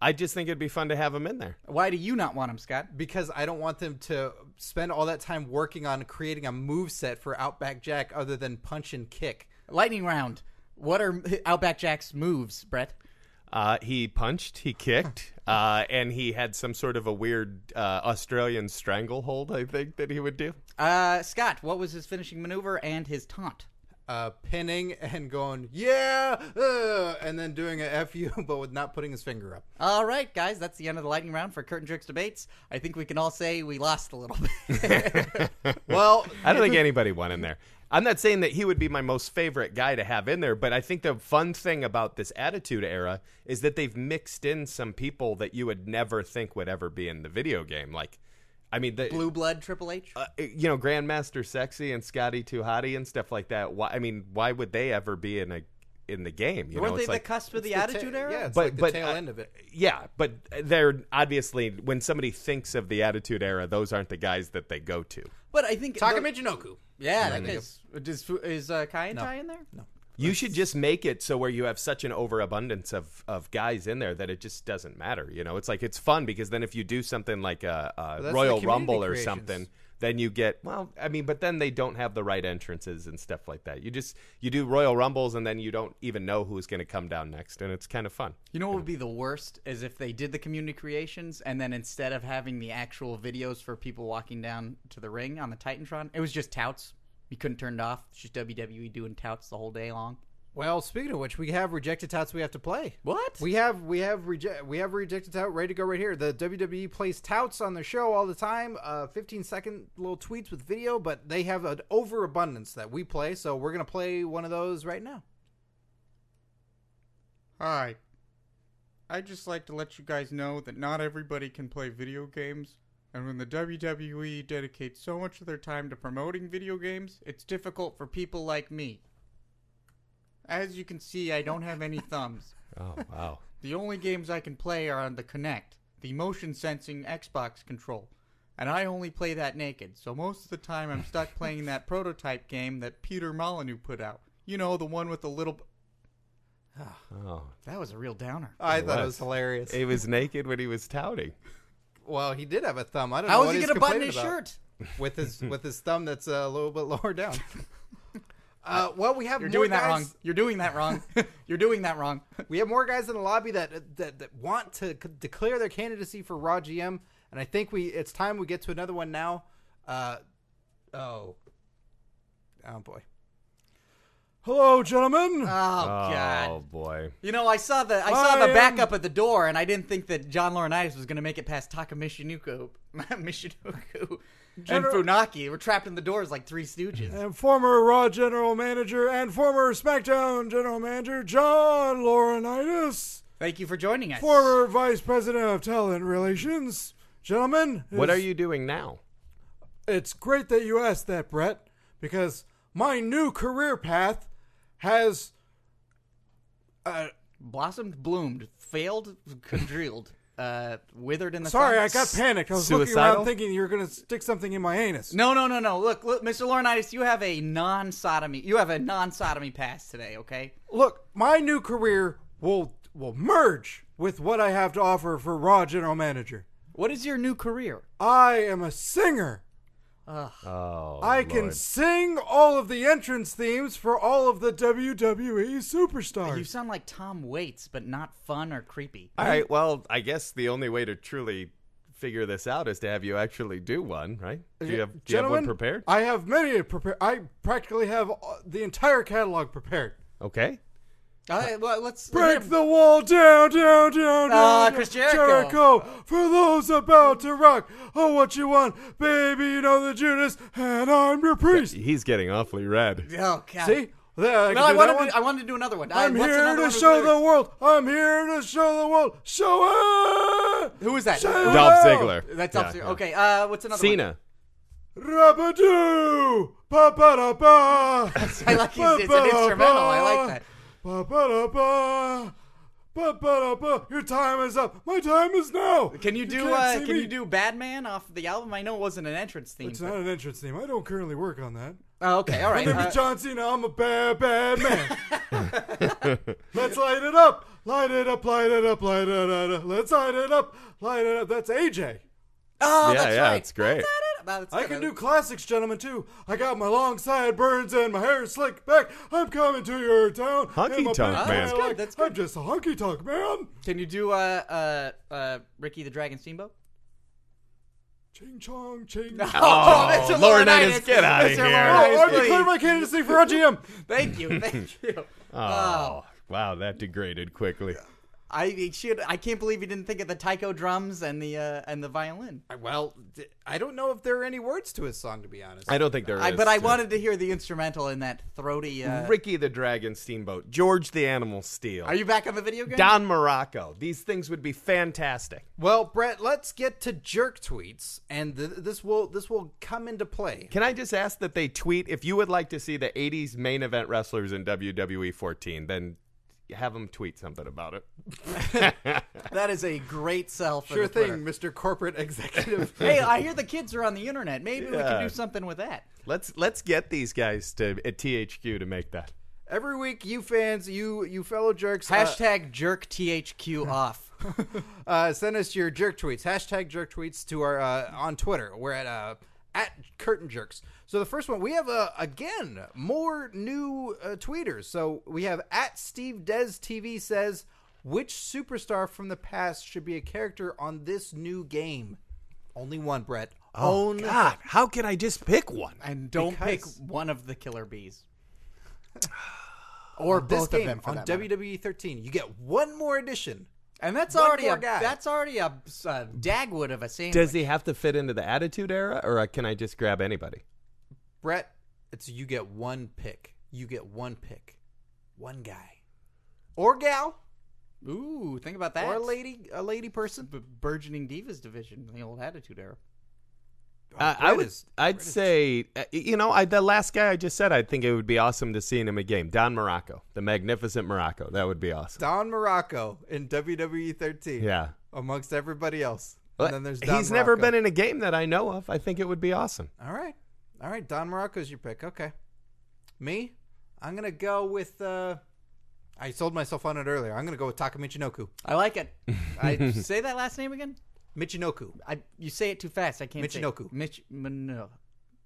Speaker 3: I just think it'd be fun to have him in there.
Speaker 2: Why do you not want him, Scott?
Speaker 1: because I don't want them to spend all that time working on creating a move set for Outback Jack other than punch and kick.
Speaker 2: Lightning round. What are Outback Jack's moves, Brett?
Speaker 3: Uh, he punched, he kicked, uh, and he had some sort of a weird uh, Australian stranglehold, I think, that he would do.
Speaker 2: Uh, Scott, what was his finishing maneuver and his taunt?
Speaker 1: Uh, pinning and going, yeah, uh, and then doing a FU, but with not putting his finger up.
Speaker 2: All right, guys, that's the end of the lightning round for curtain jerks debates. I think we can all say we lost a little bit.
Speaker 1: Well,
Speaker 3: I don't think anybody won in there. I'm not saying that he would be my most favorite guy to have in there, but I think the fun thing about this attitude era is that they've mixed in some people that you would never think would ever be in the video game. Like, I mean, the,
Speaker 2: Blue blood, Triple H.
Speaker 3: uh, you know, Grandmaster Sexy and Scotty Too Hottie and stuff like that. Why? I mean, why would they ever be in a in the game? You
Speaker 2: Weren't
Speaker 3: know,
Speaker 2: they
Speaker 3: it's
Speaker 2: the
Speaker 3: like,
Speaker 2: cusp of the, Attitude
Speaker 1: ta-
Speaker 2: Era?
Speaker 1: Yeah, it's
Speaker 3: But-
Speaker 1: like the
Speaker 3: but
Speaker 1: tail
Speaker 3: I-
Speaker 1: end of it.
Speaker 3: Yeah, but they're obviously when somebody thinks of the Attitude Era, those aren't the guys that they go to.
Speaker 2: But I think the-
Speaker 1: Takamichinoku.
Speaker 2: Yeah, that is. Is, is uh, Kai and Tai in there? No.
Speaker 3: You should just make it so where you have such an overabundance of, of guys in there that it just doesn't matter. You know, it's like it's fun because then if you do something like a, a
Speaker 1: that's
Speaker 3: Royal
Speaker 1: the community
Speaker 3: Rumble or
Speaker 1: creations.
Speaker 3: something, then you get well. I mean, but then they don't have the right entrances and stuff like that. You just you do Royal Rumbles and then you don't even know who's going to come down next, and it's kind of fun.
Speaker 2: You know what would be the worst is if they did the community creations and then instead of having the actual videos for people walking down to the ring on the Titantron, it was just touts. You couldn't turn it off. It's just WWE doing touts the whole day long.
Speaker 1: Well, speaking of which, we have rejected tots we have to play.
Speaker 2: What?
Speaker 1: We have we have reject we have rejected tout ready to go right here. The WWE plays touts on their show all the time. Uh, 15 second little tweets with video, but they have an overabundance that we play, so we're gonna play one of those right now.
Speaker 5: Hi. I'd just like to let you guys know that not everybody can play video games, and when the WWE dedicates so much of their time to promoting video games,
Speaker 2: It's difficult for people like me. As you can see, I don't have any thumbs.
Speaker 3: Oh wow!
Speaker 2: The only games I can play are on the Kinect, the motion sensing Xbox control, and I only play that naked, so most of the time I'm stuck playing that prototype game that Peter Molyneux put out. You know, the one with the little.
Speaker 3: oh,
Speaker 2: That was a real downer.
Speaker 1: I
Speaker 3: It
Speaker 1: thought it
Speaker 3: was.
Speaker 1: was hilarious.
Speaker 3: he was naked when he was touting.
Speaker 1: well, he did have a thumb. I don't know
Speaker 2: How
Speaker 1: what
Speaker 2: is he
Speaker 1: he's
Speaker 2: going to button
Speaker 1: complaining
Speaker 2: his
Speaker 1: about.
Speaker 2: shirt?
Speaker 1: with his with his thumb that's a little bit lower down. Uh, well, we have
Speaker 2: You're
Speaker 1: more
Speaker 2: doing that
Speaker 1: guys-
Speaker 2: wrong. You're doing that wrong. You're doing that wrong. Oh,
Speaker 1: We have more guys in the lobby that that, that want to c- declare their candidacy for Raw GM, and I think we it's time we get to another one now. Uh, oh, oh boy. Uh, Hello, gentlemen.
Speaker 2: Oh, God.
Speaker 3: Oh boy!
Speaker 2: You know, I saw the I saw
Speaker 1: I
Speaker 2: the
Speaker 1: am-
Speaker 2: backup at the door, and I didn't think that John Laurinaitis was going to make it past Taka Michinoku, Michinoku and
Speaker 1: General-
Speaker 2: Funaki. We're trapped in the doors like three stooges.
Speaker 1: and former Raw general manager and former SmackDown general manager John Laurinaitis,
Speaker 2: Thank you for joining us.
Speaker 1: vice president of talent relations. Gentlemen,
Speaker 3: What are you doing now?
Speaker 1: it's great that you asked that, Brett, because my new career path has uh,
Speaker 2: Blossomed, bloomed, failed, congealed, uh, withered in the
Speaker 1: sorry, I
Speaker 2: sun.
Speaker 1: got panicked. I was looking
Speaker 3: Suicidal?
Speaker 1: around thinking you were going to stick something in my anus.
Speaker 2: No, no, no, no. Look, look, Mr. Laurinaitis, you have a non-sodomy. You have a non-sodomy pass today. Okay.
Speaker 1: Look, my new career will will merge with what I have to offer for Raw General Manager.
Speaker 2: What is your new career?
Speaker 1: I am a singer.
Speaker 3: Oh,
Speaker 1: I can sing all of the entrance themes for all of the WWE superstars.
Speaker 2: You sound like Tom Waits, but not fun or creepy.
Speaker 3: All right. Well, I guess the only way to truly figure this out is to have you actually do one, right? Do you have, do you have
Speaker 1: Gentlemen,
Speaker 3: one prepared?
Speaker 1: I have many prepared. I practically have uh, the entire catalog prepared.
Speaker 3: Okay.
Speaker 2: All right, well, let's
Speaker 1: Break the wall down, down, down,
Speaker 2: Ah,
Speaker 1: down.
Speaker 2: Chris
Speaker 1: down.
Speaker 2: Jericho.
Speaker 1: Jericho, for those about to rock. Oh, what you want, baby? You know the Judas, and I'm your priest.
Speaker 3: He's getting awfully red.
Speaker 2: Oh God.
Speaker 1: See, there, I can
Speaker 2: No, I
Speaker 1: do
Speaker 2: wanted,
Speaker 1: that one.
Speaker 2: to, I wanted to do another one.
Speaker 1: I'm
Speaker 2: I, what's
Speaker 1: here
Speaker 2: another
Speaker 1: to
Speaker 2: one with
Speaker 1: show
Speaker 2: lyrics?
Speaker 1: the world. I'm here to show the world. Show it.
Speaker 2: Who is that?
Speaker 1: Show
Speaker 3: Dolph
Speaker 1: it.
Speaker 3: Ziggler.
Speaker 2: That's
Speaker 3: Yeah,
Speaker 2: up to
Speaker 3: yeah.
Speaker 2: Okay, uh, what's another one?
Speaker 3: Cena.
Speaker 1: Rabadoo! Ba ba da ba!
Speaker 2: I like his, it's an instrumental. I like that.
Speaker 1: Ba-ba-da-ba. Ba-ba-da-ba. Your time is up. My time is now.
Speaker 2: Can you do
Speaker 1: can't
Speaker 2: uh,
Speaker 1: see
Speaker 2: can
Speaker 1: me.
Speaker 2: you do Batman off the album? I know it wasn't an entrance theme.
Speaker 1: It's
Speaker 2: but-
Speaker 1: not an entrance name. I don't currently work on that.
Speaker 2: oh, okay, all right.
Speaker 1: My name
Speaker 2: uh,
Speaker 1: is John Cena. I'm a bad, bad man. Let's light it up. Light it up. Light it up. Light it up. Let's light it up. Light it up. That's AJ.
Speaker 2: oh,
Speaker 3: Yeah,
Speaker 2: that's
Speaker 3: yeah,
Speaker 2: right.
Speaker 3: it's great.
Speaker 2: That's it. That's
Speaker 1: I
Speaker 2: good.
Speaker 1: can do classics, gentlemen, too. I got my long sideburns and my hair slicked back. I'm coming to your town.
Speaker 3: Honky
Speaker 1: in my
Speaker 3: tonk
Speaker 1: big
Speaker 3: man.
Speaker 1: Cadillac.
Speaker 2: good,
Speaker 3: That's
Speaker 2: that's
Speaker 1: I'm just a honky tonk man.
Speaker 2: Can you do uh uh uh Ricky the Dragon Steamboat?
Speaker 1: Ching chong, ching.
Speaker 2: Oh, Mr.
Speaker 3: Laurinaitis, get outta
Speaker 2: Mr.
Speaker 3: here.
Speaker 1: Oh,
Speaker 2: Laurinaitis,
Speaker 1: I declare my candidacy for RGM.
Speaker 2: please. Thank you, thank you.
Speaker 3: Oh, wow, that degraded quickly.
Speaker 2: I it should. I can't believe you didn't think of the taiko drums and the uh, and the violin.
Speaker 1: Well, I don't know if there are any words to his song, to be honest.
Speaker 3: I don't think there is.
Speaker 2: I, but I
Speaker 3: uh,
Speaker 2: wanted to hear the instrumental in that throaty. Uh,
Speaker 3: Ricky the Dragon Steamboat, George the Animal Steel,
Speaker 2: Are you back on the video game?
Speaker 3: Don Morocco. These things would be fantastic.
Speaker 1: Well, Brett, let's get to jerk tweets, and th- this will this will come into play.
Speaker 3: Can I just ask that they tweet if you would like to see the 80s main event wrestlers in WWE 14, then have them tweet something about it.
Speaker 2: That is a great sell for
Speaker 1: Sure
Speaker 2: the Twitter.
Speaker 1: thing, Mister Corporate Executive.
Speaker 2: Hey, I hear the kids are on the internet. Maybe we can
Speaker 3: Yeah.
Speaker 2: do something with that.
Speaker 3: Let's let's get these guys to at THQ to make that.
Speaker 1: Every week, you fans, you you fellow jerks, uh,
Speaker 2: Hashtag jerk THQ off.
Speaker 1: uh, send us your jerk tweets. Hashtag jerk tweets to our uh, on Twitter. We're at uh, at curtain jerks. So the first one we have uh, again more new uh, tweeters. So we have at Steve Des TV says which superstar from the past should be a character on this new game? Only one, Brett.
Speaker 2: Oh,
Speaker 1: Only
Speaker 3: God, how can I just pick one?
Speaker 2: And don't
Speaker 1: Because-
Speaker 2: pick one of the killer bees. Or
Speaker 1: this
Speaker 2: both
Speaker 1: game
Speaker 2: of them for
Speaker 1: on
Speaker 2: that matter.
Speaker 1: WWE 13. You get one more edition.
Speaker 2: And that's
Speaker 1: One
Speaker 2: already
Speaker 1: more
Speaker 2: a
Speaker 1: guy.
Speaker 2: that's already a, uh dagwood of a sandwich.
Speaker 3: Does he have to fit into the Attitude Era, or uh, can I just grab anybody?
Speaker 1: Brett, it's you get one pick. You get one pick. One guy. Or gal.
Speaker 2: Ooh, think about that.
Speaker 1: Or a lady a lady person.
Speaker 2: B- burgeoning divas division, the old attitude era.
Speaker 3: Uh, I
Speaker 1: Oh, Brett
Speaker 3: would.
Speaker 1: is-
Speaker 3: I'd say, uh, you know, I, the last guy I just said, I think it would be awesome to see him in a game. Don Morocco, the magnificent Morocco. That would be awesome.
Speaker 1: Don Morocco in WWE 13.
Speaker 3: Yeah.
Speaker 1: Amongst everybody else.
Speaker 3: But
Speaker 1: and then there's
Speaker 3: he's
Speaker 1: Don
Speaker 3: never
Speaker 1: Morocco.
Speaker 3: been in a game that I know of. I think it would be awesome.
Speaker 1: All right. All right, Don Morocco's your pick. Okay. Me? I'm going to go with uh I sold myself on it earlier. I'm going to go with Taka Michinoku.
Speaker 2: I like it. I say that last name again.
Speaker 1: Michinoku.
Speaker 2: I you say it too fast. I can't. say it.
Speaker 1: Michinoku.
Speaker 2: Mich Mino.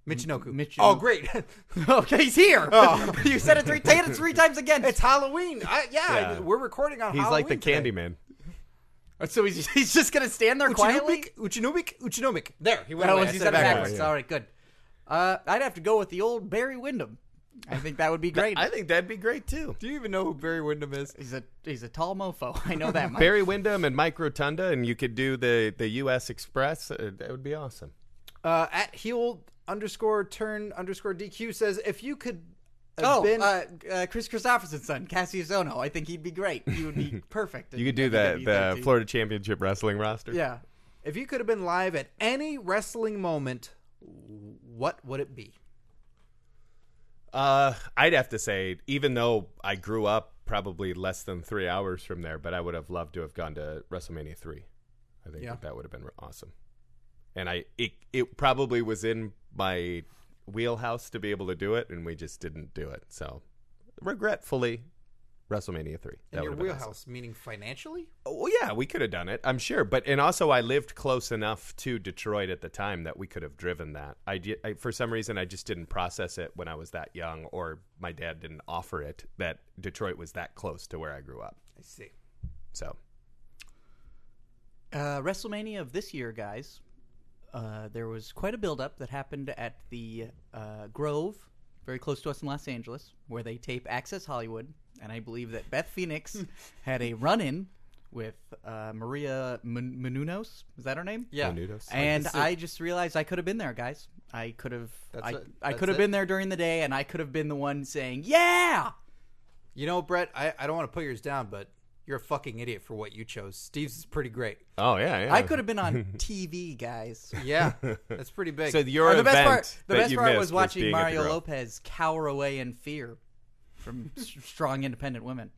Speaker 1: Michinoku.
Speaker 2: Michinoku.
Speaker 1: Oh, great.
Speaker 2: okay, he's here. you said it three, say it three times again.
Speaker 1: it's Halloween. I, yeah,
Speaker 3: Yeah.
Speaker 1: we're recording on
Speaker 3: He's
Speaker 1: Halloween.
Speaker 3: like the
Speaker 1: today.
Speaker 3: Candyman.
Speaker 2: so he's, he's just gonna stand there quietly.
Speaker 1: Uchinomic, Uchinomic, Uchinomic. There, he went
Speaker 2: That
Speaker 1: away.
Speaker 2: was
Speaker 1: I
Speaker 2: he
Speaker 1: said
Speaker 2: said it
Speaker 1: backwards.
Speaker 2: backwards. All right, good. Uh, I'd have to go with the old Barry Windham. I think that would be great.
Speaker 3: I think that'd be great too.
Speaker 1: Do you even know who Barry Windham is?
Speaker 2: he's a he's a tall mofo. I know that much.
Speaker 3: Barry Windham and Mike Rotunda, and you could do the the U.S. Express. Uh, that would be awesome.
Speaker 1: Uh, at heel underscore turn underscore DQ says, if you could have
Speaker 2: Oh,
Speaker 1: been...
Speaker 2: uh, uh, Chris Christopherson's son, Cassius Ono. I think he'd be great. He would be perfect.
Speaker 3: You could do the
Speaker 1: E
Speaker 3: the Florida Championship Wrestling roster.
Speaker 2: Yeah.
Speaker 1: if you could have been live at any wrestling moment, what would it be?
Speaker 3: Uh, I'd have to say, even though I grew up probably less than three hours from there, but I would have loved to have gone to WrestleMania three. I think
Speaker 1: Yeah.
Speaker 3: that, that would have been awesome. And I it it probably was in my wheelhouse to be able to do it, and we just didn't do it. So regretfully, WrestleMania three.
Speaker 1: In your
Speaker 3: would've been awesome.
Speaker 1: wheelhouse, meaning financially?
Speaker 3: Well, yeah, we could have done it, I'm sure. But and also, I lived close enough to Detroit at the time that we could have driven that. I, di- I for some reason I just didn't process it when I was that young, or my dad didn't offer it that Detroit was that close to where I grew up.
Speaker 1: I see.
Speaker 3: So
Speaker 2: Uh, WrestleMania of this year, guys. Uh, there was quite a buildup that happened at the uh, Grove, very close to us in Los Angeles, where they tape Access Hollywood. And I believe that Beth Phoenix had a run in with uh, Maria Men- Menounos. Is that her name?
Speaker 1: Yeah.
Speaker 3: Menudos.
Speaker 2: And I just realized I could have been there, guys. I could have. I,
Speaker 1: it.
Speaker 2: I
Speaker 1: That's
Speaker 2: could have
Speaker 1: it.
Speaker 2: been there during the day, and I could have been the one saying, "Yeah."
Speaker 1: You know, Brett, I, I don't want to put yours down, but you're a fucking idiot for what you chose. Steve's is pretty great.
Speaker 3: oh yeah, yeah.
Speaker 2: I could have been on TV, guys.
Speaker 1: Yeah, that's pretty big.
Speaker 3: So your
Speaker 2: Uh, the best
Speaker 3: event
Speaker 2: part, the
Speaker 3: that
Speaker 2: best
Speaker 3: you
Speaker 2: part
Speaker 3: missed
Speaker 2: was watching
Speaker 3: being at the
Speaker 2: Mario
Speaker 3: Grove.
Speaker 2: Lopez cower away in fear from s- strong, independent women.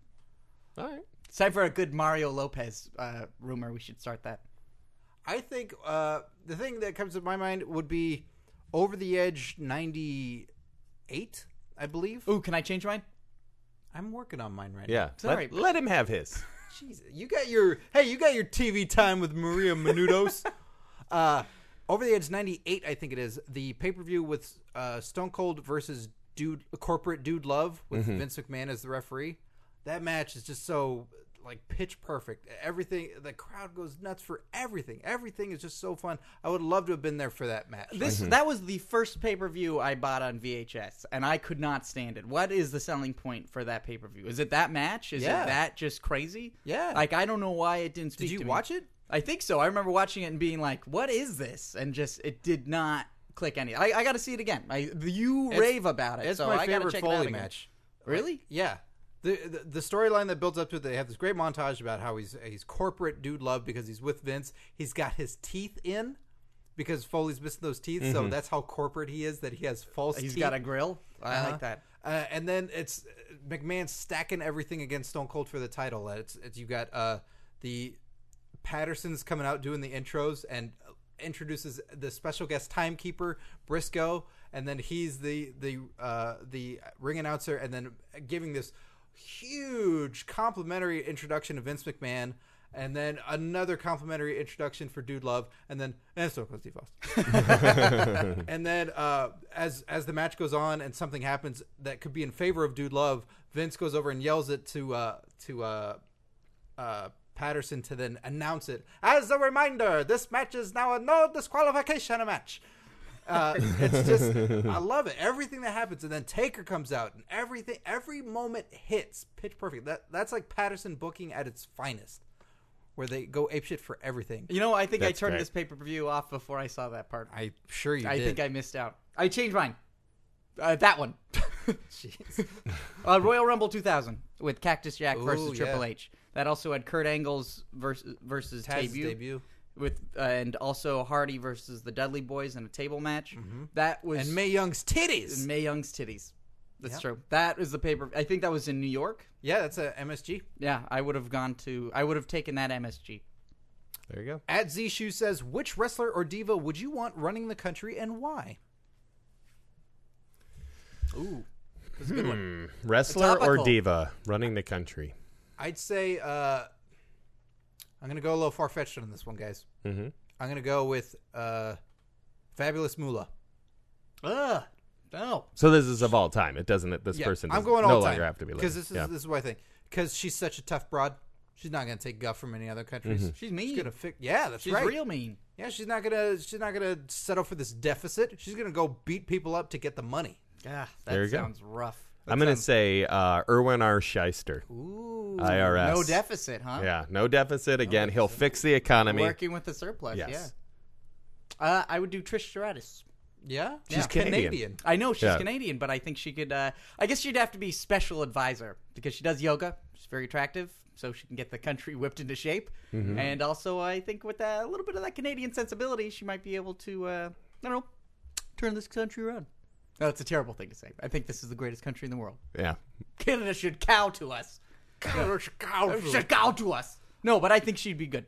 Speaker 3: All right.
Speaker 2: It's time for a good Mario Lopez uh, rumor. We should start that.
Speaker 1: I think uh, the thing that comes to my mind would be Over the Edge 98, I believe.
Speaker 2: Ooh, can I change mine?
Speaker 1: I'm working on mine right now.
Speaker 3: Yeah.
Speaker 2: all right.
Speaker 3: Let, let him have his.
Speaker 1: Jeez, you got your hey, you got your TV time with Maria Menudos. uh, Over the Edge '98, I think it is the pay per view with uh, Stone Cold versus Dude Corporate Dude Love with Vince McMahon as the referee. That match is just so like pitch perfect. Everything the crowd goes nuts for everything. Everything is just so fun. I would love to have been there for that match.
Speaker 2: This that was the first pay per view I bought on VHS, and I could not stand it. What is the selling point for that pay per view? Is it that match? Is
Speaker 1: Yeah.
Speaker 2: it that just crazy?
Speaker 1: Yeah.
Speaker 2: Like I don't know why it didn't. Speak
Speaker 1: Did you
Speaker 2: to me.
Speaker 1: watch it?
Speaker 2: I think so. I remember watching it and being like, "What is this?" And just it did not click any. I, I got to see it again. I you rave about it.
Speaker 1: It's
Speaker 2: so
Speaker 1: my
Speaker 2: I gotta
Speaker 1: favorite
Speaker 2: check it out
Speaker 1: Foley
Speaker 2: again.
Speaker 1: match.
Speaker 2: Really?
Speaker 1: Yeah. The the, the storyline that builds up to it, they have this great montage about how he's he's corporate dude love because he's with Vince. He's got his teeth in because Foley's missing those teeth, so that's how corporate he is that he has false
Speaker 2: He's
Speaker 1: teeth.
Speaker 2: got a grill. I
Speaker 1: Uh-huh.
Speaker 2: like that.
Speaker 1: Uh, and then it's uh, McMahon stacking everything against Stone Cold for the title. It's, it's you got uh, the Patterson's coming out doing the intros and uh, introduces the special guest timekeeper Briscoe, and then he's the the uh, the ring announcer, and then giving this huge complimentary introduction to Vince McMahon. And then another complimentary introduction for Dude Love, and then and so goes Steve Austin. And then uh, as as the match goes on and something happens that could be in favor of Dude Love, Vince goes over and yells it to uh, to uh, uh, Patterson to then announce it as a reminder. This match is now a no disqualification match. Uh, it's just I love it. Everything that happens, and then Taker comes out, and everything, every moment hits pitch perfect. That that's like Patterson booking at its finest, where they go apeshit for everything.
Speaker 2: You know, I think I
Speaker 3: That's
Speaker 2: turned
Speaker 3: great.
Speaker 2: this pay per view off before I saw that part.
Speaker 1: I'm sure you.
Speaker 2: I
Speaker 1: did.
Speaker 2: think I missed out. I changed mine. Uh, that one. uh, Royal Rumble 2000 with Cactus Jack
Speaker 1: Ooh,
Speaker 2: versus
Speaker 1: yeah.
Speaker 2: Triple H. That also had Kurt Angle's versus versus
Speaker 1: Taz's
Speaker 2: debut,
Speaker 1: debut.
Speaker 2: with uh, and also Hardy versus the Dudley Boys in a table match. That was
Speaker 1: and May Young's titties.
Speaker 2: and Mae Young's titties. That's true. That was the paper. I think that was in New York.
Speaker 1: Yeah, that's a MSG.
Speaker 2: Yeah, I would have gone to. I would have taken that MSG.
Speaker 3: There you go.
Speaker 1: At Zshu says, which wrestler or diva would you want running the country and why? Ooh, that's a good one.
Speaker 3: Wrestler or
Speaker 2: Topical.
Speaker 3: diva running the country?
Speaker 1: I'd say uh, I'm gonna go a little far fetched on this one, guys. Mm-hmm. I'm gonna go with uh, Fabulous Moolah.
Speaker 2: Ugh. No.
Speaker 3: So this is of all time. It doesn't. This person
Speaker 1: I'm
Speaker 3: doesn't-
Speaker 1: going all
Speaker 3: no
Speaker 1: time
Speaker 3: longer have to be
Speaker 1: because
Speaker 3: living.
Speaker 1: this is
Speaker 3: Yeah.
Speaker 1: this is what I think. Because she's such a tough broad, she's not gonna take guff from any other countries.
Speaker 3: Mm-hmm.
Speaker 2: She's mean.
Speaker 1: She's gonna fi- yeah, that's
Speaker 2: She's
Speaker 1: right.
Speaker 2: real mean.
Speaker 1: Yeah, she's not gonna she's not gonna settle for this deficit. She's gonna go beat people up to get the money.
Speaker 2: Yeah, that
Speaker 3: There you go.
Speaker 2: sounds rough.
Speaker 3: I'm going to say uh, Irwin R. Shyster.
Speaker 2: Ooh,
Speaker 3: IRS.
Speaker 2: No deficit, huh?
Speaker 3: Yeah, no deficit. Again, he'll fix the economy.
Speaker 2: Working with the surplus,
Speaker 3: Yes.
Speaker 2: yeah. Uh, I would do Trish Stratus.
Speaker 1: Yeah,
Speaker 3: She's Canadian.
Speaker 2: I know she's
Speaker 3: Yeah.
Speaker 2: Canadian, but I think she could. Uh, I guess she'd have to be special advisor because she does yoga. She's very attractive, so she can get the country whipped into shape. And also, I think with that, a little bit of that Canadian sensibility, she might be able to. Uh, I don't know, turn this country around. No, that's a terrible thing to say. I think this is the greatest country in the world.
Speaker 3: Yeah.
Speaker 2: Canada should cow to us. Canada should cow to us. No, but I think she'd be good.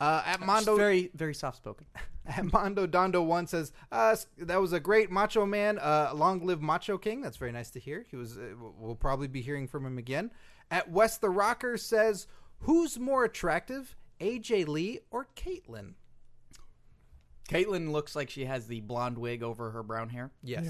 Speaker 1: Uh, at
Speaker 2: She's
Speaker 1: Mondo,
Speaker 2: very, very soft spoken.
Speaker 1: at Mondo Dondo one says uh, s- that was a great Macho Man. Uh, long live Macho King. That's very nice to hear. He was. Uh, w- we'll probably be hearing from him again. At West the Rocker says, who's more attractive, AJ Lee or Caitlyn?
Speaker 2: Caitlyn looks like she has the blonde wig over her brown hair.
Speaker 1: Yes.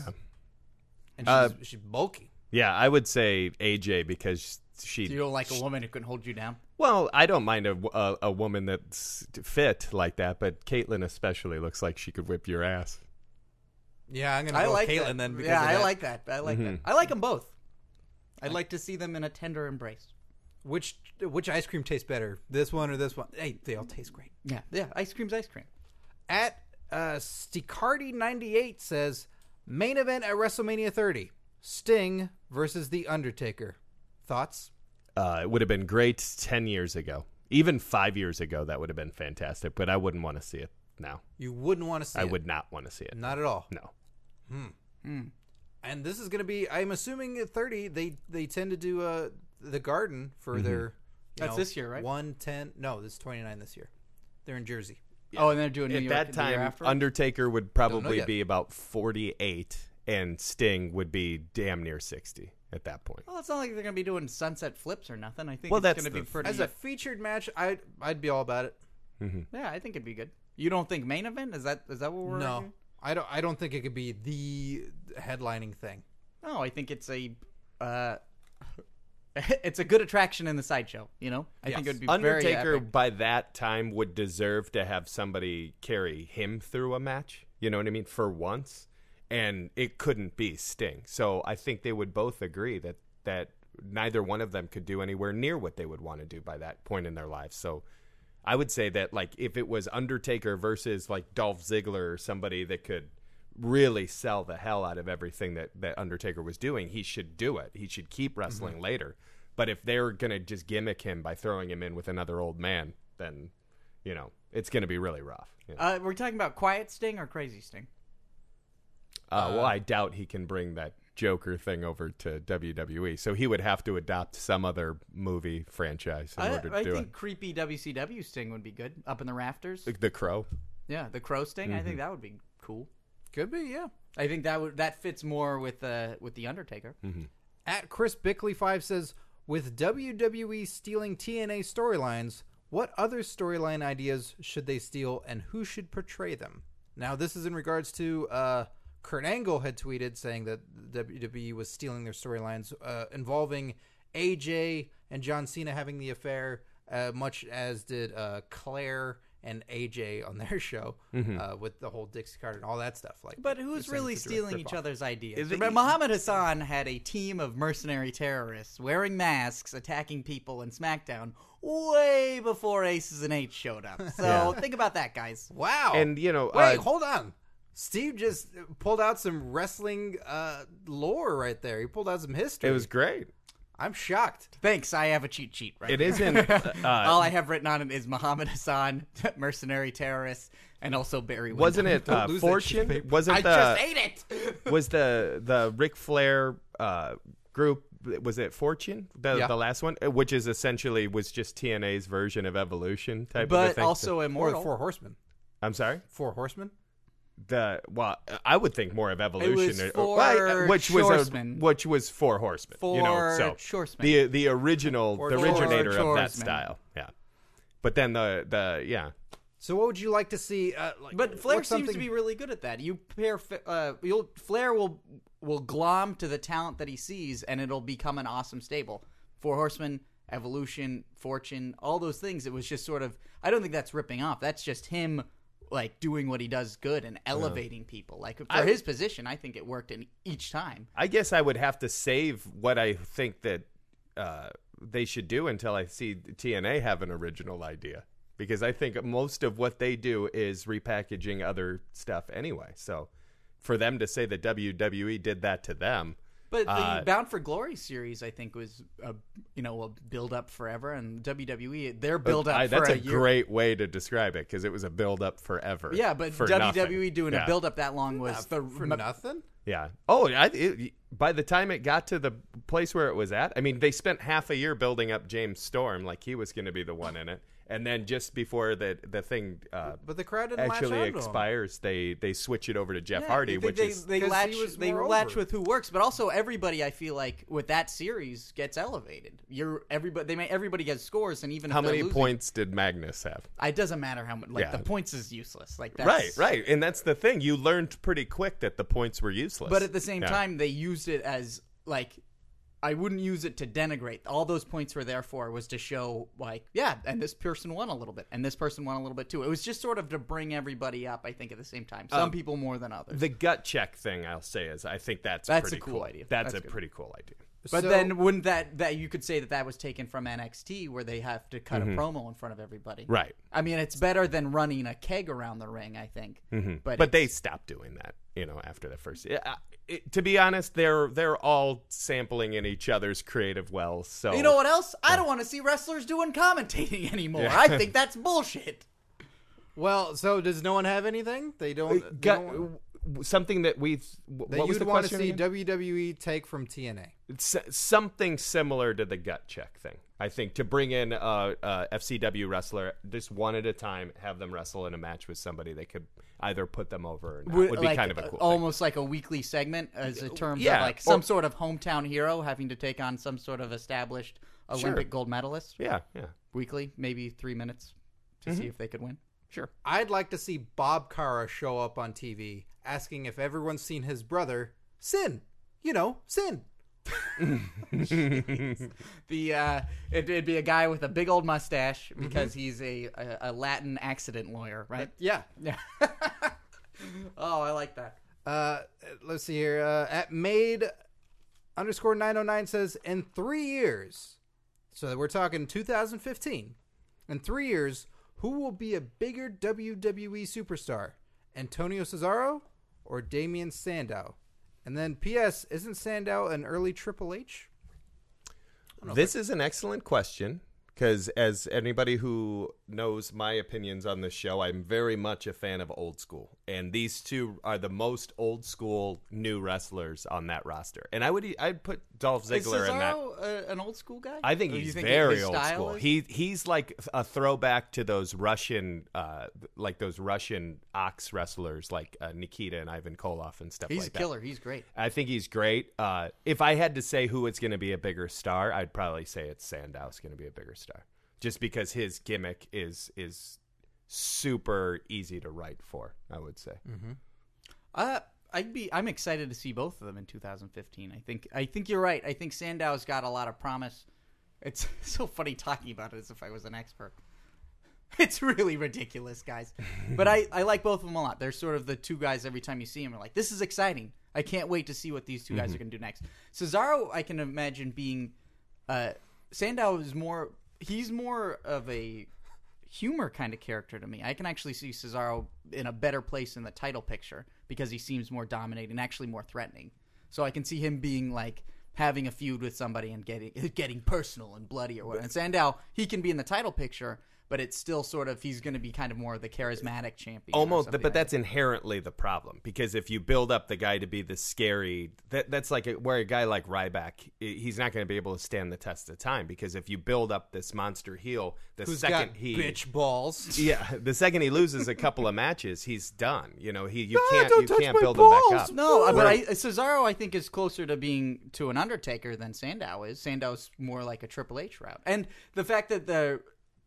Speaker 1: And she's,
Speaker 3: Uh,
Speaker 1: she's bulky.
Speaker 3: Yeah, I would say AJ because she.
Speaker 2: You don't like a woman who can hold you down.
Speaker 3: well, I don't mind a, a, a woman that's fit like that, but Caitlyn especially looks like she could whip your ass.
Speaker 1: Yeah, I'm gonna
Speaker 2: I
Speaker 1: go
Speaker 2: like
Speaker 1: Caitlyn
Speaker 2: that.
Speaker 1: then. Because
Speaker 2: yeah,
Speaker 1: of
Speaker 2: I
Speaker 1: that.
Speaker 2: like that. I like
Speaker 3: Mm-hmm.
Speaker 2: that. I like them both. I'd like to see them in a tender embrace.
Speaker 1: which which ice cream tastes better, this one or this one? Hey, they all taste great.
Speaker 2: Yeah, yeah. Ice cream's ice cream.
Speaker 1: at uh, Sticardi98 says main event at WrestleMania 30 Sting versus The Undertaker. Thoughts?
Speaker 3: Uh, it would have been great 10 years ago. Even five years ago, that would have been fantastic, but I wouldn't want to see it now.
Speaker 1: You wouldn't want to see
Speaker 3: I
Speaker 1: it.
Speaker 3: would not want to see it.
Speaker 1: Not at all.
Speaker 3: No.
Speaker 1: And this is going to be, I'm assuming at 30, they, they tend to do uh, the Garden for
Speaker 3: Mm-hmm.
Speaker 1: their. you
Speaker 2: That's
Speaker 1: know,
Speaker 2: this year, right?
Speaker 1: One ten. No, this twenty nine this year. They're in Jersey.
Speaker 2: Oh, and they're doing New
Speaker 3: At
Speaker 2: York
Speaker 3: that
Speaker 2: the year
Speaker 3: time,
Speaker 2: after?
Speaker 3: Undertaker would probably
Speaker 1: yet.
Speaker 3: be about 48, and Sting would be damn near 60 at that point.
Speaker 2: Well, it's not like they're gonna be doing sunset flips or nothing. I think
Speaker 3: Well,
Speaker 2: it's
Speaker 3: that's
Speaker 2: gonna be
Speaker 3: the-
Speaker 2: pretty.
Speaker 1: As a featured match, I I'd be all about it.
Speaker 2: yeah, I think it'd be good. You don't think main event is that? Is that what we're?
Speaker 1: No,
Speaker 2: arguing?
Speaker 1: I don't. I don't think it could be the headlining thing.
Speaker 2: no. I think it's a. Uh, it's a good attraction in the sideshow. You know, I think it would be Very
Speaker 3: Undertaker
Speaker 2: epic.
Speaker 3: by that time would deserve to have somebody carry him through a match. You know what I mean? For once, and it couldn't be Sting. So I think they would both agree that that neither one of them could do anywhere near what they would want to do by that point in their lives. So I would say that like if it was Undertaker versus like Dolph Ziggler or somebody that could really sell the hell out of everything that that Undertaker was doing, he should do it. He should keep wrestling later. But if they're going to just gimmick him by throwing him in with another old man, then you know, it's going to be really rough. you know.
Speaker 2: Uh, we're talking about quiet sting or crazy sting.
Speaker 3: Uh, well, I doubt he can bring that Joker thing over to WWE. So he would have to adopt some other movie franchise in
Speaker 2: I,
Speaker 3: order to
Speaker 2: I
Speaker 3: do
Speaker 2: think creepy WCW sting would be good up in the rafters.
Speaker 3: it. The Crow.
Speaker 2: yeah, the crow sting.
Speaker 3: Mm-hmm.
Speaker 2: I think that would be cool.
Speaker 1: Could be, yeah.
Speaker 2: I think that would that fits more with uh with the Undertaker.
Speaker 3: Mm-hmm.
Speaker 1: At Chris Bickley five says, with WWE stealing TNA storylines, what other storyline ideas should they steal, and who should portray them? Now, this is in regards to uh, Kurt Angle had tweeted saying that WWE was stealing their storylines uh, involving AJ and John Cena having the affair, uh, much as did uh, Claire and AJ on their show uh, with the whole Dixie card and all that stuff. Like,
Speaker 2: But
Speaker 1: they're
Speaker 2: who's
Speaker 1: saying
Speaker 2: really
Speaker 1: it's a direct
Speaker 2: stealing each
Speaker 1: rip-off.
Speaker 2: other's ideas? Remember,
Speaker 3: e-
Speaker 2: Muhammad Hassan had a team of mercenary terrorists wearing masks, attacking people in SmackDown way before Aces and Eights showed up. So think about that, guys.
Speaker 1: Wow.
Speaker 3: And, you know,
Speaker 1: wait,
Speaker 3: uh,
Speaker 1: hold on. Steve just pulled out some wrestling uh, lore right there. He pulled out some history.
Speaker 3: It was great.
Speaker 1: I'm shocked.
Speaker 2: Thanks, I have a cheat sheet right
Speaker 3: It
Speaker 2: now.
Speaker 3: is in. Uh,
Speaker 2: All I have written on it is Muhammad Hassan, mercenary terrorists, and also Barry. Windham.
Speaker 3: wasn't it uh,
Speaker 1: lose that sheet of
Speaker 3: Fortune?
Speaker 1: paper.
Speaker 3: Wasn't
Speaker 2: I
Speaker 3: the
Speaker 2: just ate it.
Speaker 3: was the the Ric Flair uh, group? Was it Fortune? The
Speaker 1: Yeah.
Speaker 3: the last one, Uh, which is essentially was just TNA's version of Evolution type. of a
Speaker 2: but
Speaker 3: thing.
Speaker 2: also
Speaker 1: More
Speaker 2: immortal.
Speaker 1: four horsemen.
Speaker 3: I'm sorry.
Speaker 1: Four horsemen?
Speaker 3: The well, I would think more of Evolution,
Speaker 2: was
Speaker 3: or-
Speaker 2: for
Speaker 3: well, I- uh, which was a,
Speaker 2: Shoresman.
Speaker 3: which was for Horsemen. you know,
Speaker 2: For
Speaker 3: so
Speaker 2: Shoresman.
Speaker 3: the the original
Speaker 1: For
Speaker 3: the originator of
Speaker 2: Shoresman.
Speaker 3: that style. Yeah, but then the the yeah.
Speaker 1: So what would you like to see? Uh, like,
Speaker 2: But Flair
Speaker 1: what's
Speaker 2: seems to
Speaker 1: something-
Speaker 2: be really good at that. You pair, F- uh, you'll Flair will will glom to the talent that he sees, and it'll become an awesome stable. Four Horsemen, Evolution, Fortune, all those things. It was just sort of. I don't think that's ripping off. That's just him like doing what he does good and elevating people. Like for his position, I think it worked in each time.
Speaker 3: I guess I would have to save what I think that uh, they should do until I see TNA have an original idea. Because I think most of what they do is repackaging other stuff anyway. So for them to say that WWE did that to them,
Speaker 2: But the
Speaker 3: Uh,
Speaker 2: Bound for Glory series, I think, was a you know a build up forever, and WWE their build up.
Speaker 3: I- that's
Speaker 2: for
Speaker 3: a,
Speaker 2: a, year.
Speaker 3: great way to describe it because it was a build up forever.
Speaker 2: Yeah, but
Speaker 3: for
Speaker 2: WWE
Speaker 3: nothing.
Speaker 2: doing
Speaker 3: Yeah.
Speaker 2: a build up that long was the
Speaker 1: for
Speaker 2: m-
Speaker 1: nothing?
Speaker 3: Yeah. Oh, I, it, by the time it got to the place where it was at, I mean, they spent half a year building up James Storm, like he was going to be the one in it, and then just before the the thing uh,
Speaker 1: But the crowd didn't latch
Speaker 3: actually
Speaker 1: onto him.
Speaker 3: expires, they they switch it over to Jeff
Speaker 2: Yeah,
Speaker 3: Hardy,
Speaker 2: you think
Speaker 3: which
Speaker 2: they,
Speaker 3: is
Speaker 2: they
Speaker 1: 'Cause he
Speaker 2: latch
Speaker 1: was
Speaker 2: they
Speaker 1: more
Speaker 2: latch
Speaker 1: over.
Speaker 2: with who works, but also everybody. I feel like with that series gets elevated. You're everybody. They may everybody gets scores, and even
Speaker 3: how
Speaker 2: if they're
Speaker 3: many
Speaker 2: losing,
Speaker 3: points did Magnus have?
Speaker 2: It doesn't matter how much. Like
Speaker 3: Yeah.
Speaker 2: the points is useless. Like that's,
Speaker 3: Right, right, and that's the thing. You learned pretty quick that the points were useless.
Speaker 2: But at the same
Speaker 3: Yeah.
Speaker 2: time, they used it as like. I wouldn't use it to denigrate. All those points were there for was to show, like, yeah, and this person won a little bit, and this person won a little bit too. It was just sort of to bring everybody up. I think at the same time, some people more than others.
Speaker 3: the gut check thing, I'll say, is I think that's
Speaker 2: That's a
Speaker 3: pretty
Speaker 2: cool idea.
Speaker 3: That's,
Speaker 2: That's
Speaker 3: a
Speaker 2: good.
Speaker 3: pretty cool idea.
Speaker 2: But
Speaker 1: So-
Speaker 2: then wouldn't that that you could say that that was taken from NXT where they have to cut a promo in front of everybody?
Speaker 3: Mm-hmm. Right.
Speaker 2: I mean, it's better than running a keg around the ring, I think. But,
Speaker 3: Mm-hmm. but
Speaker 2: it-
Speaker 3: they stopped doing that you know after the first Yeah, I- it, to be honest they're they're all sampling in each other's creative wells so
Speaker 2: you know what else? I don't want to see wrestlers doing commentating anymore. I think that's bullshit.
Speaker 1: Well, so does no one have anything? They don't. they
Speaker 3: Gut-
Speaker 1: don't-
Speaker 3: something that we what
Speaker 1: that
Speaker 3: was
Speaker 1: you'd
Speaker 3: the
Speaker 1: want to
Speaker 3: question
Speaker 1: see
Speaker 3: again?
Speaker 1: WWE take from TNA.
Speaker 3: It's something similar to the gut check thing. I think to bring in uh, a, a FCW wrestler just one at a time, have them wrestle in a match with somebody that could either put them over or not would, be
Speaker 2: like,
Speaker 3: kind of a
Speaker 2: uh,
Speaker 3: cool thing.
Speaker 2: almost like a weekly segment as in terms of
Speaker 3: yeah,
Speaker 2: like some
Speaker 3: or-
Speaker 2: sort of hometown hero having to take on some sort of established Olympic gold medalist
Speaker 3: Yeah, Mm-hmm. yeah,
Speaker 2: weekly, maybe three minutes to see if they could win.
Speaker 3: sure.
Speaker 1: I'd like to see Bob Cara show up on TV asking if everyone's seen his brother, Sin. You know, Sin.
Speaker 2: The uh, it, it'd be a guy with a big old mustache
Speaker 3: Mm-hmm.
Speaker 2: because he's a, a a Latin accident lawyer, right?
Speaker 1: Yeah.
Speaker 2: Yeah. oh, I like that.
Speaker 1: Uh, let's see here. Uh, at made underscore 909 says, in three years, so we're talking 2015, in three years, who will be a bigger WWE superstar? Antonio Cesaro or Damian Sandow? And then P.S. Isn't Sandow an early Triple H?
Speaker 3: This is an excellent question because, as anybody who knows my opinions on this show, I'm very much a fan of old school, and these two are the most old school new wrestlers on that roster. And I would e, I'd put Dolph
Speaker 2: Is
Speaker 3: Ziggler in that.
Speaker 2: Cesaro uh, an old school guy?
Speaker 3: I think
Speaker 2: Or do you
Speaker 3: he's
Speaker 2: his
Speaker 3: very old
Speaker 2: style
Speaker 3: school.
Speaker 2: is?
Speaker 3: He he's like a throwback to those Russian, uh, like those Russian ox wrestlers, like uh, Nikita and Ivan Koloff and stuff
Speaker 2: he's
Speaker 3: like
Speaker 2: a killer. He's great.
Speaker 3: that. I think he's great. Uh, if I had to say who it's going to be a bigger star, I'd probably say it's Sandow's going to be a bigger star, just because his gimmick is is super easy to write for. I would say.
Speaker 1: Mm-hmm.
Speaker 2: Uh, I'd be. I'm excited to see both of them in 2015. I think. I think you're right. I think Sandow's got a lot of promise. It's so funny talking about it as if I was an expert. It's really ridiculous, guys. But I, I like both of them a lot. They're sort of the two guys every time you see them. You're like, this is exciting. I can't wait to see what these 2 guys are going to do next. Cesaro, I can imagine being. Uh, Sandow is more. He's more of a humor kind of character to me. I can actually see Cesaro in a better place in the title picture because he seems more dominating, actually more threatening. So I can see him being like having a feud with somebody and getting getting personal and bloody or whatever. And Sandow, he can be in the title picture, but it's still sort of he's going to be kind of more of the charismatic champion. or
Speaker 3: almost
Speaker 2: something
Speaker 3: but
Speaker 2: like
Speaker 3: that's inherently the problem because if you build up the guy to be the scary that that's like a, where a guy like Ryback i- he's not going to be able to stand the test of time because if you build up this monster heel the
Speaker 1: Who's
Speaker 3: second
Speaker 1: got
Speaker 3: he
Speaker 1: bitch balls?
Speaker 3: yeah the second he loses a couple of matches he's done you know he you
Speaker 1: Ah,
Speaker 3: can't
Speaker 1: don't
Speaker 3: you
Speaker 1: touch
Speaker 3: can't
Speaker 1: my
Speaker 3: build him back
Speaker 1: balls.
Speaker 3: up
Speaker 2: No, I- but
Speaker 3: Where-
Speaker 2: I, Cesaro, I think, is closer to being to an Undertaker than Sandow is. Sandow's more like a Triple H route, and the fact that the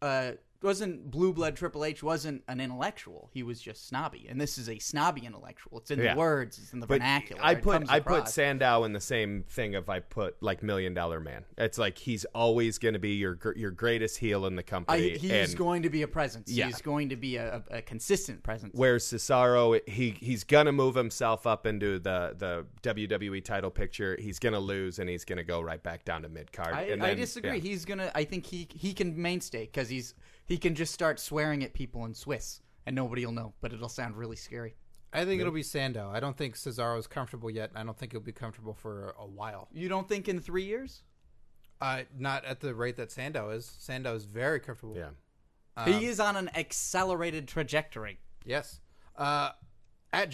Speaker 2: uh, wasn't blue blood Triple H wasn't an intellectual; he was just snobby, and this is a snobby intellectual. It's in
Speaker 3: Yeah.
Speaker 2: the words, it's in the
Speaker 3: But
Speaker 2: vernacular.
Speaker 3: I
Speaker 2: it
Speaker 3: put
Speaker 2: comes
Speaker 3: I put
Speaker 2: across.
Speaker 3: Sandow in the same thing of I put like Million Dollar Man. It's like he's always going to be your gr- your greatest heel in the
Speaker 2: I,
Speaker 3: company.
Speaker 2: he's
Speaker 3: and-
Speaker 2: going to be a presence.
Speaker 3: Yeah.
Speaker 2: He's going to be a, a a consistent presence.
Speaker 3: Whereas Cesaro, he he's gonna move himself up into the the WWE title picture. He's gonna lose, and he's gonna go right back down to mid card.
Speaker 2: I, I disagree. He's gonna. I think he he can mainstay because he's he can just start swearing at people in Swiss, and nobody will know. But it'll sound really scary.
Speaker 1: I think it'll be Sandow. I don't think Cesaro's comfortable yet. I don't think he'll be comfortable for a while.
Speaker 2: You don't think in three years?
Speaker 1: Uh, not at the rate that Sandow is. Sandow is very comfortable.
Speaker 3: yeah.
Speaker 1: Um,
Speaker 2: he is on an accelerated trajectory.
Speaker 1: Yes. Uh, at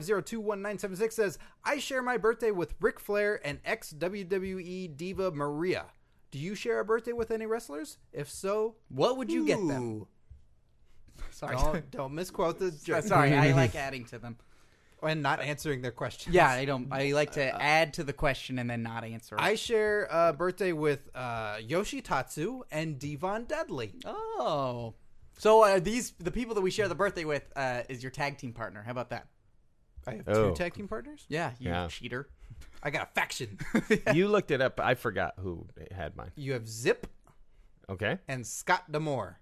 Speaker 1: Jacko1502196 says, I share my birthday with Ric Flair and ex WWE diva Maria. Do you share a birthday with any wrestlers? If so,
Speaker 2: What would you get them?
Speaker 1: ooh.
Speaker 2: Sorry. Uh,
Speaker 1: Don't, don't misquote the joke.
Speaker 2: Sorry, I like adding to them.
Speaker 1: And not answering their question.
Speaker 2: Yeah, I don't. I like to add to the question and then not answer. it.
Speaker 1: Uh, I share a birthday with uh, Yoshitatsu and Devon Dudley.
Speaker 2: oh, so uh, these the people that we share the birthday with uh, is your tag team partner. How about that?
Speaker 1: I have
Speaker 3: Oh.
Speaker 1: two tag team partners.
Speaker 2: Yeah, you
Speaker 3: Yeah.
Speaker 2: cheater.
Speaker 1: I got a faction.
Speaker 3: you looked it up. I forgot who had mine.
Speaker 1: you have Zip
Speaker 3: Okay.
Speaker 1: and Scott Demore,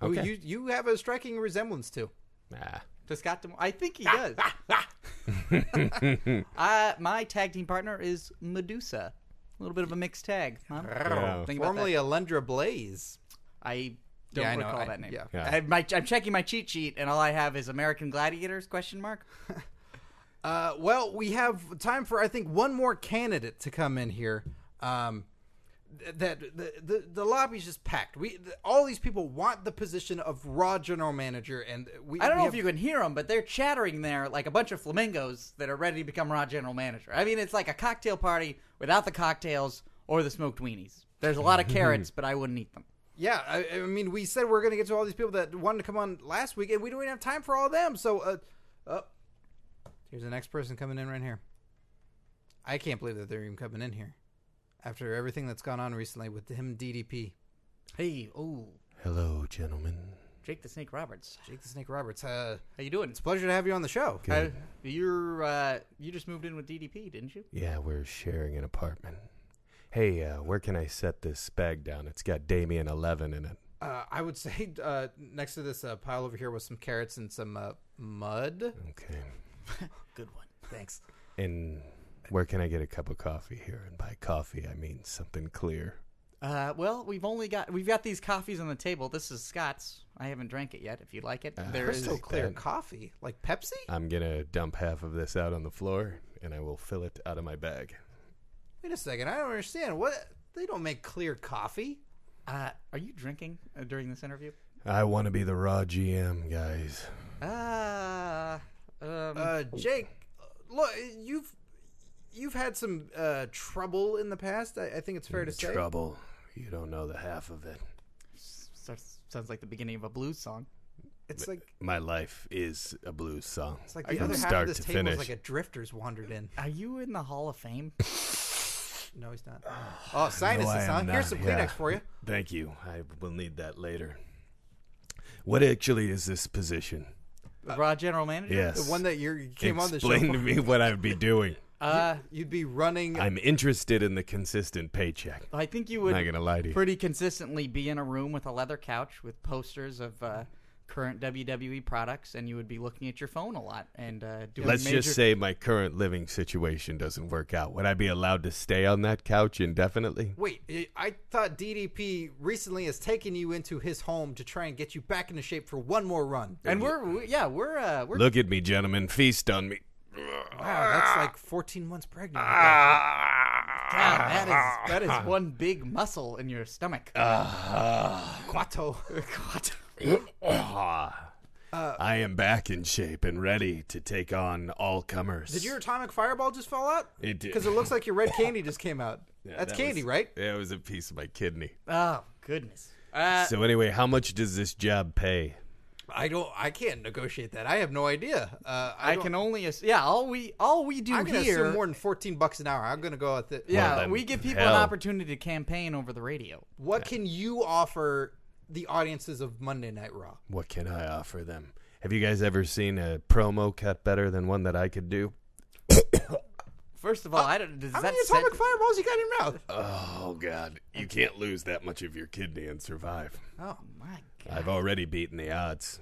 Speaker 1: who
Speaker 3: Okay.
Speaker 1: you you have a striking resemblance to.
Speaker 3: Ah.
Speaker 2: Does Scott Demore? I think he does. uh, my tag team partner is Medusa. A little bit of a mixed tag. Huh?
Speaker 3: Yeah.
Speaker 2: Think about
Speaker 1: Formerly
Speaker 2: that.
Speaker 1: Alundra Blaze.
Speaker 2: I don't
Speaker 1: Yeah, I know.
Speaker 2: recall
Speaker 1: I-
Speaker 2: that name.
Speaker 1: yeah.
Speaker 3: Yeah.
Speaker 2: I, my, I'm checking my cheat sheet, and all I have is American Gladiators question mark.
Speaker 1: Uh, well, we have time for I think one more candidate to come in here. Um, that the, the the lobby's just packed. We the, all these people want the position of raw general manager, and we.
Speaker 2: I
Speaker 1: we
Speaker 2: don't know
Speaker 1: have-
Speaker 2: if you can hear them, but they're chattering there like a bunch of flamingos that are ready to become raw general manager. I mean, it's like a cocktail party without the cocktails or the smoked weenies. There's a lot of carrots, but I wouldn't eat them.
Speaker 1: Yeah, I, I mean, we said we are going to get to all these people that wanted to come on last week, and we don't even have time for all of them. So, uh, uh, here's the next person coming in right here. I can't believe that they're even coming in here after everything that's gone on recently with him, DDP,
Speaker 2: Hey, oh,
Speaker 4: Hello, gentlemen.
Speaker 2: Jake the Snake Roberts,
Speaker 1: Jake the Snake Roberts. Uh,
Speaker 2: how you doing?
Speaker 1: it's a pleasure to have you on the show.
Speaker 2: Uh, you're uh, you just moved in with DDP, didn't you?
Speaker 4: Yeah, we're sharing an apartment. Hey, uh, where can I set this bag down? It's got Damien 11 in it.
Speaker 1: Uh, I would say uh, next to this uh, pile over here was some carrots and some uh, mud.
Speaker 4: Okay.
Speaker 2: Good one.
Speaker 1: Thanks.
Speaker 4: And where can I get a cup of coffee here? And by coffee, I mean something clear.
Speaker 2: Uh, well, we've only got we've got these coffees on the table. This is Scott's. I haven't drank it yet. If you like it, there is.
Speaker 1: Crystal clear
Speaker 4: that.
Speaker 1: coffee, like Pepsi.
Speaker 4: I'm going to dump half of this out on the floor and I will fill it out of my bag.
Speaker 1: Wait a second, I don't understand. What they don't make clear coffee.
Speaker 2: Uh, are you drinking uh, during this interview?
Speaker 4: I want to be the raw GM, guys.
Speaker 2: Uh, um,
Speaker 1: Uh, Jake, look, you've you've had some uh, trouble in the past. I, I think it's fair to say.
Speaker 4: Trouble. You don't know the half of it.
Speaker 2: starts, sounds like the beginning of a blues song.
Speaker 1: It's like
Speaker 4: My life is a blues song.
Speaker 1: it's like
Speaker 4: From
Speaker 1: the other half of
Speaker 4: start
Speaker 1: this
Speaker 4: to
Speaker 1: table
Speaker 4: finish.
Speaker 1: is like a drifter's wandered in.
Speaker 2: Are you in the Hall of Fame?
Speaker 4: Uh,
Speaker 1: No, he's not. Oh, sinuses,
Speaker 4: I
Speaker 1: huh?
Speaker 4: am
Speaker 1: Here's some
Speaker 4: not,
Speaker 1: Kleenex
Speaker 4: yeah.
Speaker 1: for you.
Speaker 4: Thank you. I will need that later. What actually is this position?
Speaker 2: The uh, Raw General Manager?
Speaker 4: Yes.
Speaker 1: The one that you're, you came on the show.
Speaker 4: Explain to
Speaker 1: for.
Speaker 4: me what I'd be doing.
Speaker 2: Uh,
Speaker 1: You'd be running.
Speaker 4: I'm interested in the consistent paycheck.
Speaker 2: I think you
Speaker 4: Not
Speaker 2: would
Speaker 4: gonna lie to you.
Speaker 2: pretty consistently be in a room with a leather couch with posters of uh, current WWE products, and you would be looking at your phone a lot and uh, doing
Speaker 4: Let's
Speaker 2: major.
Speaker 4: just say my current living situation doesn't work out. Would I be allowed to stay on that couch indefinitely?
Speaker 1: Wait, I- I thought DDP recently has taken you into his home to try and get you back into shape for one more run.
Speaker 2: and we're we, yeah we're uh, we're
Speaker 4: Look at me, gentlemen. Feast on me.
Speaker 1: Wow, that's like 14 months pregnant.
Speaker 2: God, that is that is one big muscle in your stomach.
Speaker 4: Uh,
Speaker 1: Quato.
Speaker 4: I am back in shape and ready to take on all comers.
Speaker 1: Did your atomic fireball just fall out?
Speaker 4: It did.
Speaker 1: Because it looks like your red candy just came out.
Speaker 4: Yeah,
Speaker 1: That's
Speaker 4: that
Speaker 1: candy,
Speaker 4: was-
Speaker 1: right?
Speaker 4: Yeah, it was a piece of my kidney.
Speaker 2: oh goodness. Uh,
Speaker 4: So anyway, how much does this job pay?
Speaker 1: I don't. I can't negotiate that. I have no idea. Uh, I,
Speaker 2: I
Speaker 1: don't-
Speaker 2: can only ass- yeah. All we all we do
Speaker 1: I'm gonna
Speaker 2: here
Speaker 1: assume more than 14 bucks an hour. I'm gonna go with it.
Speaker 2: yeah
Speaker 4: Well, then,
Speaker 2: we give people
Speaker 4: hell.
Speaker 2: an opportunity to campaign over the radio.
Speaker 1: What can you offer the audiences of Monday Night Raw?
Speaker 4: What can I offer them? Have you guys ever seen a promo cut better than one that I could do?
Speaker 2: First of all, I don't. Does
Speaker 1: How
Speaker 2: that
Speaker 1: many atomic
Speaker 2: set-
Speaker 1: fireballs you got in your mouth?
Speaker 4: Oh God, you can't lose that much of your kidney and survive.
Speaker 2: Oh my god!
Speaker 4: I've already beaten the odds.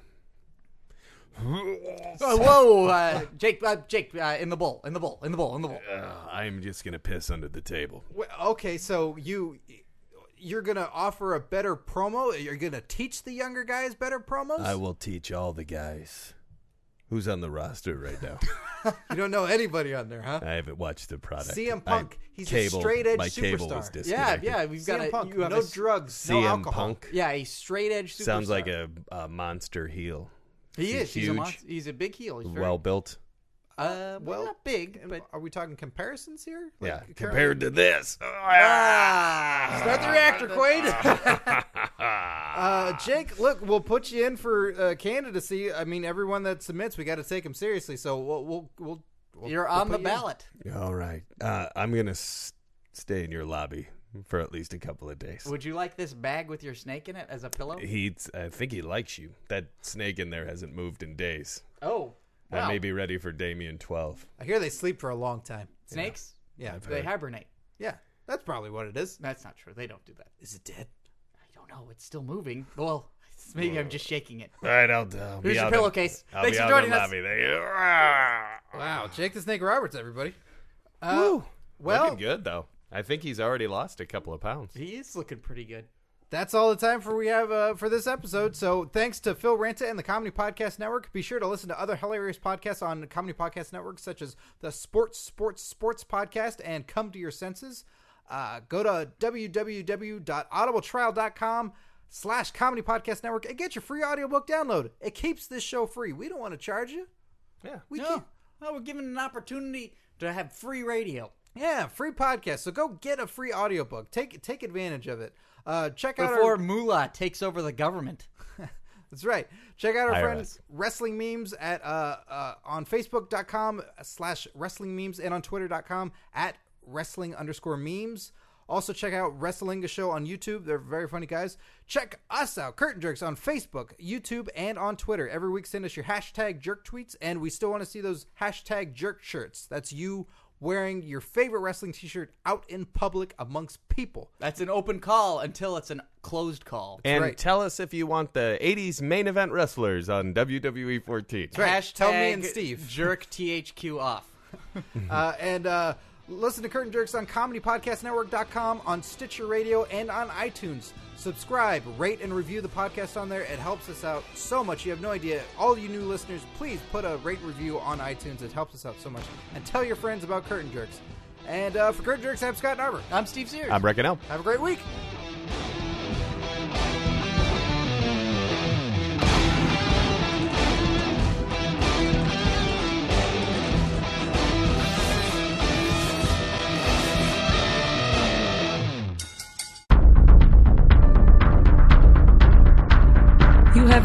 Speaker 2: Oh, whoa, uh, Jake, uh, Jake, uh, in the bowl, in the bowl, in the bowl, in the bowl.
Speaker 4: Ugh, I'm just gonna piss under the table.
Speaker 1: Well, okay, so you you're gonna offer a better promo. You're gonna teach the younger guys better promos.
Speaker 4: I will teach all the guys. Who's on the roster right now?
Speaker 1: you don't know anybody on there, huh?
Speaker 4: I haven't watched the product.
Speaker 1: CM
Speaker 4: I-
Speaker 1: Punk, he's a straight-edge
Speaker 4: my Cable
Speaker 1: superstar.
Speaker 4: was
Speaker 1: Yeah,
Speaker 2: Yeah,
Speaker 4: disconnected.
Speaker 2: yeah, we've got
Speaker 1: CM
Speaker 2: a
Speaker 1: Punk,
Speaker 2: you have
Speaker 1: no
Speaker 2: a,
Speaker 1: drugs, no
Speaker 4: CM
Speaker 1: alcohol.
Speaker 4: Punk
Speaker 2: yeah, a straight edge. Superstar.
Speaker 4: sounds like a, a monster heel.
Speaker 2: he
Speaker 4: he's
Speaker 2: is. He's a
Speaker 4: huge.
Speaker 2: monster. He's a big heel. He's very,
Speaker 4: Well built.
Speaker 2: uh, well,
Speaker 1: well, uh,
Speaker 2: not big, but
Speaker 1: Are we talking comparisons here?
Speaker 4: Yeah,
Speaker 1: Like,
Speaker 4: compared to this. Ah!
Speaker 1: Start the reactor, Quaid. uh, Jake, look, we'll put you in for uh, candidacy. I mean, everyone that submits, we got to take them seriously. So we'll we'll, we'll, we'll
Speaker 2: you're
Speaker 1: we'll
Speaker 2: on
Speaker 1: put
Speaker 2: the
Speaker 1: you in.
Speaker 2: ballot.
Speaker 4: All right. Uh, I'm going to s- stay in your lobby for at least a couple of days.
Speaker 2: Would you like this bag with your snake in it as a pillow?
Speaker 4: He's, I think he likes you. That snake in there hasn't moved in days.
Speaker 2: Oh,
Speaker 4: I
Speaker 2: wow.
Speaker 4: may be ready for Damien 12.
Speaker 1: I hear they sleep for a long time.
Speaker 2: snakes.
Speaker 1: Yeah,
Speaker 2: They hibernate.
Speaker 1: yeah, that's probably what it is.
Speaker 2: That's not true. They don't do that.
Speaker 1: Is it dead?
Speaker 2: I don't know. It's still moving. Well, maybe I'm just shaking it.
Speaker 4: All right, I'll, I'll be
Speaker 2: Here's your
Speaker 4: out
Speaker 2: pillowcase.
Speaker 4: In, I'll
Speaker 2: Thanks
Speaker 4: be
Speaker 2: for
Speaker 4: out
Speaker 2: joining
Speaker 4: in the
Speaker 2: us.
Speaker 4: lobby. Thank you. Ah!
Speaker 1: Wow, Jake the Snake Roberts, everybody. Uh,
Speaker 4: Woo.
Speaker 1: Well,
Speaker 4: Looking good, though. I think he's already lost a couple of pounds.
Speaker 2: He is looking pretty good.
Speaker 1: that's all the time for we have uh, for this episode. So thanks to Phil Ranta and the Comedy Podcast Network. Be sure to listen to other hilarious podcasts on the Comedy Podcast Network, such as the Sports Sports Sports Podcast and Come to Your Senses. Uh, go to www.audibletrial.com slash comedy podcast network and get your free audiobook download. It keeps this show free. We don't want to charge you.
Speaker 3: Yeah.
Speaker 1: We
Speaker 2: No,
Speaker 1: can't.
Speaker 2: no, we're given an opportunity to have free radio.
Speaker 1: Yeah, free podcast. So go get a free audiobook. Take take advantage of it. Uh, check out
Speaker 2: Before
Speaker 1: our
Speaker 2: Mullah takes over the government.
Speaker 1: That's right. Check out our
Speaker 3: IRS.
Speaker 1: friends Wrestling Memes at uh, uh, on Facebook.com slash Wrestling Memes and on Twitter.com at Wrestling underscore Memes. Also, check out Wrestling Show on YouTube. They're very funny guys. Check us out, Curtain Jerks, on Facebook, YouTube, and on Twitter. Every week, send us your hashtag jerk tweets, and we still want to see those hashtag jerk shirts. That's you wearing your favorite wrestling t shirt out in public amongst people.
Speaker 2: That's an open call until it's a closed call.
Speaker 3: And
Speaker 1: right.
Speaker 3: tell us if you want the 80s main event wrestlers on E WWE 14.
Speaker 1: right.
Speaker 2: Hashtag
Speaker 1: Tell me and Steve.
Speaker 2: jerk THQ off.
Speaker 1: uh, and uh, listen to Curtain Jerks on ComedyPodcastNetwork.com, on Stitcher Radio, and on iTunes. Subscribe, rate, and review the podcast on there. It helps us out so much. You have no idea. All you new listeners, please put a rate and review on iTunes. It helps us out so much. And tell your friends about Curtain Jerks. And uh, for Curtain Jerks, I'm Scott Narver.
Speaker 2: I'm Steve Sears.
Speaker 3: I'm Brecken Elm.
Speaker 1: Have a great week.
Speaker 6: You have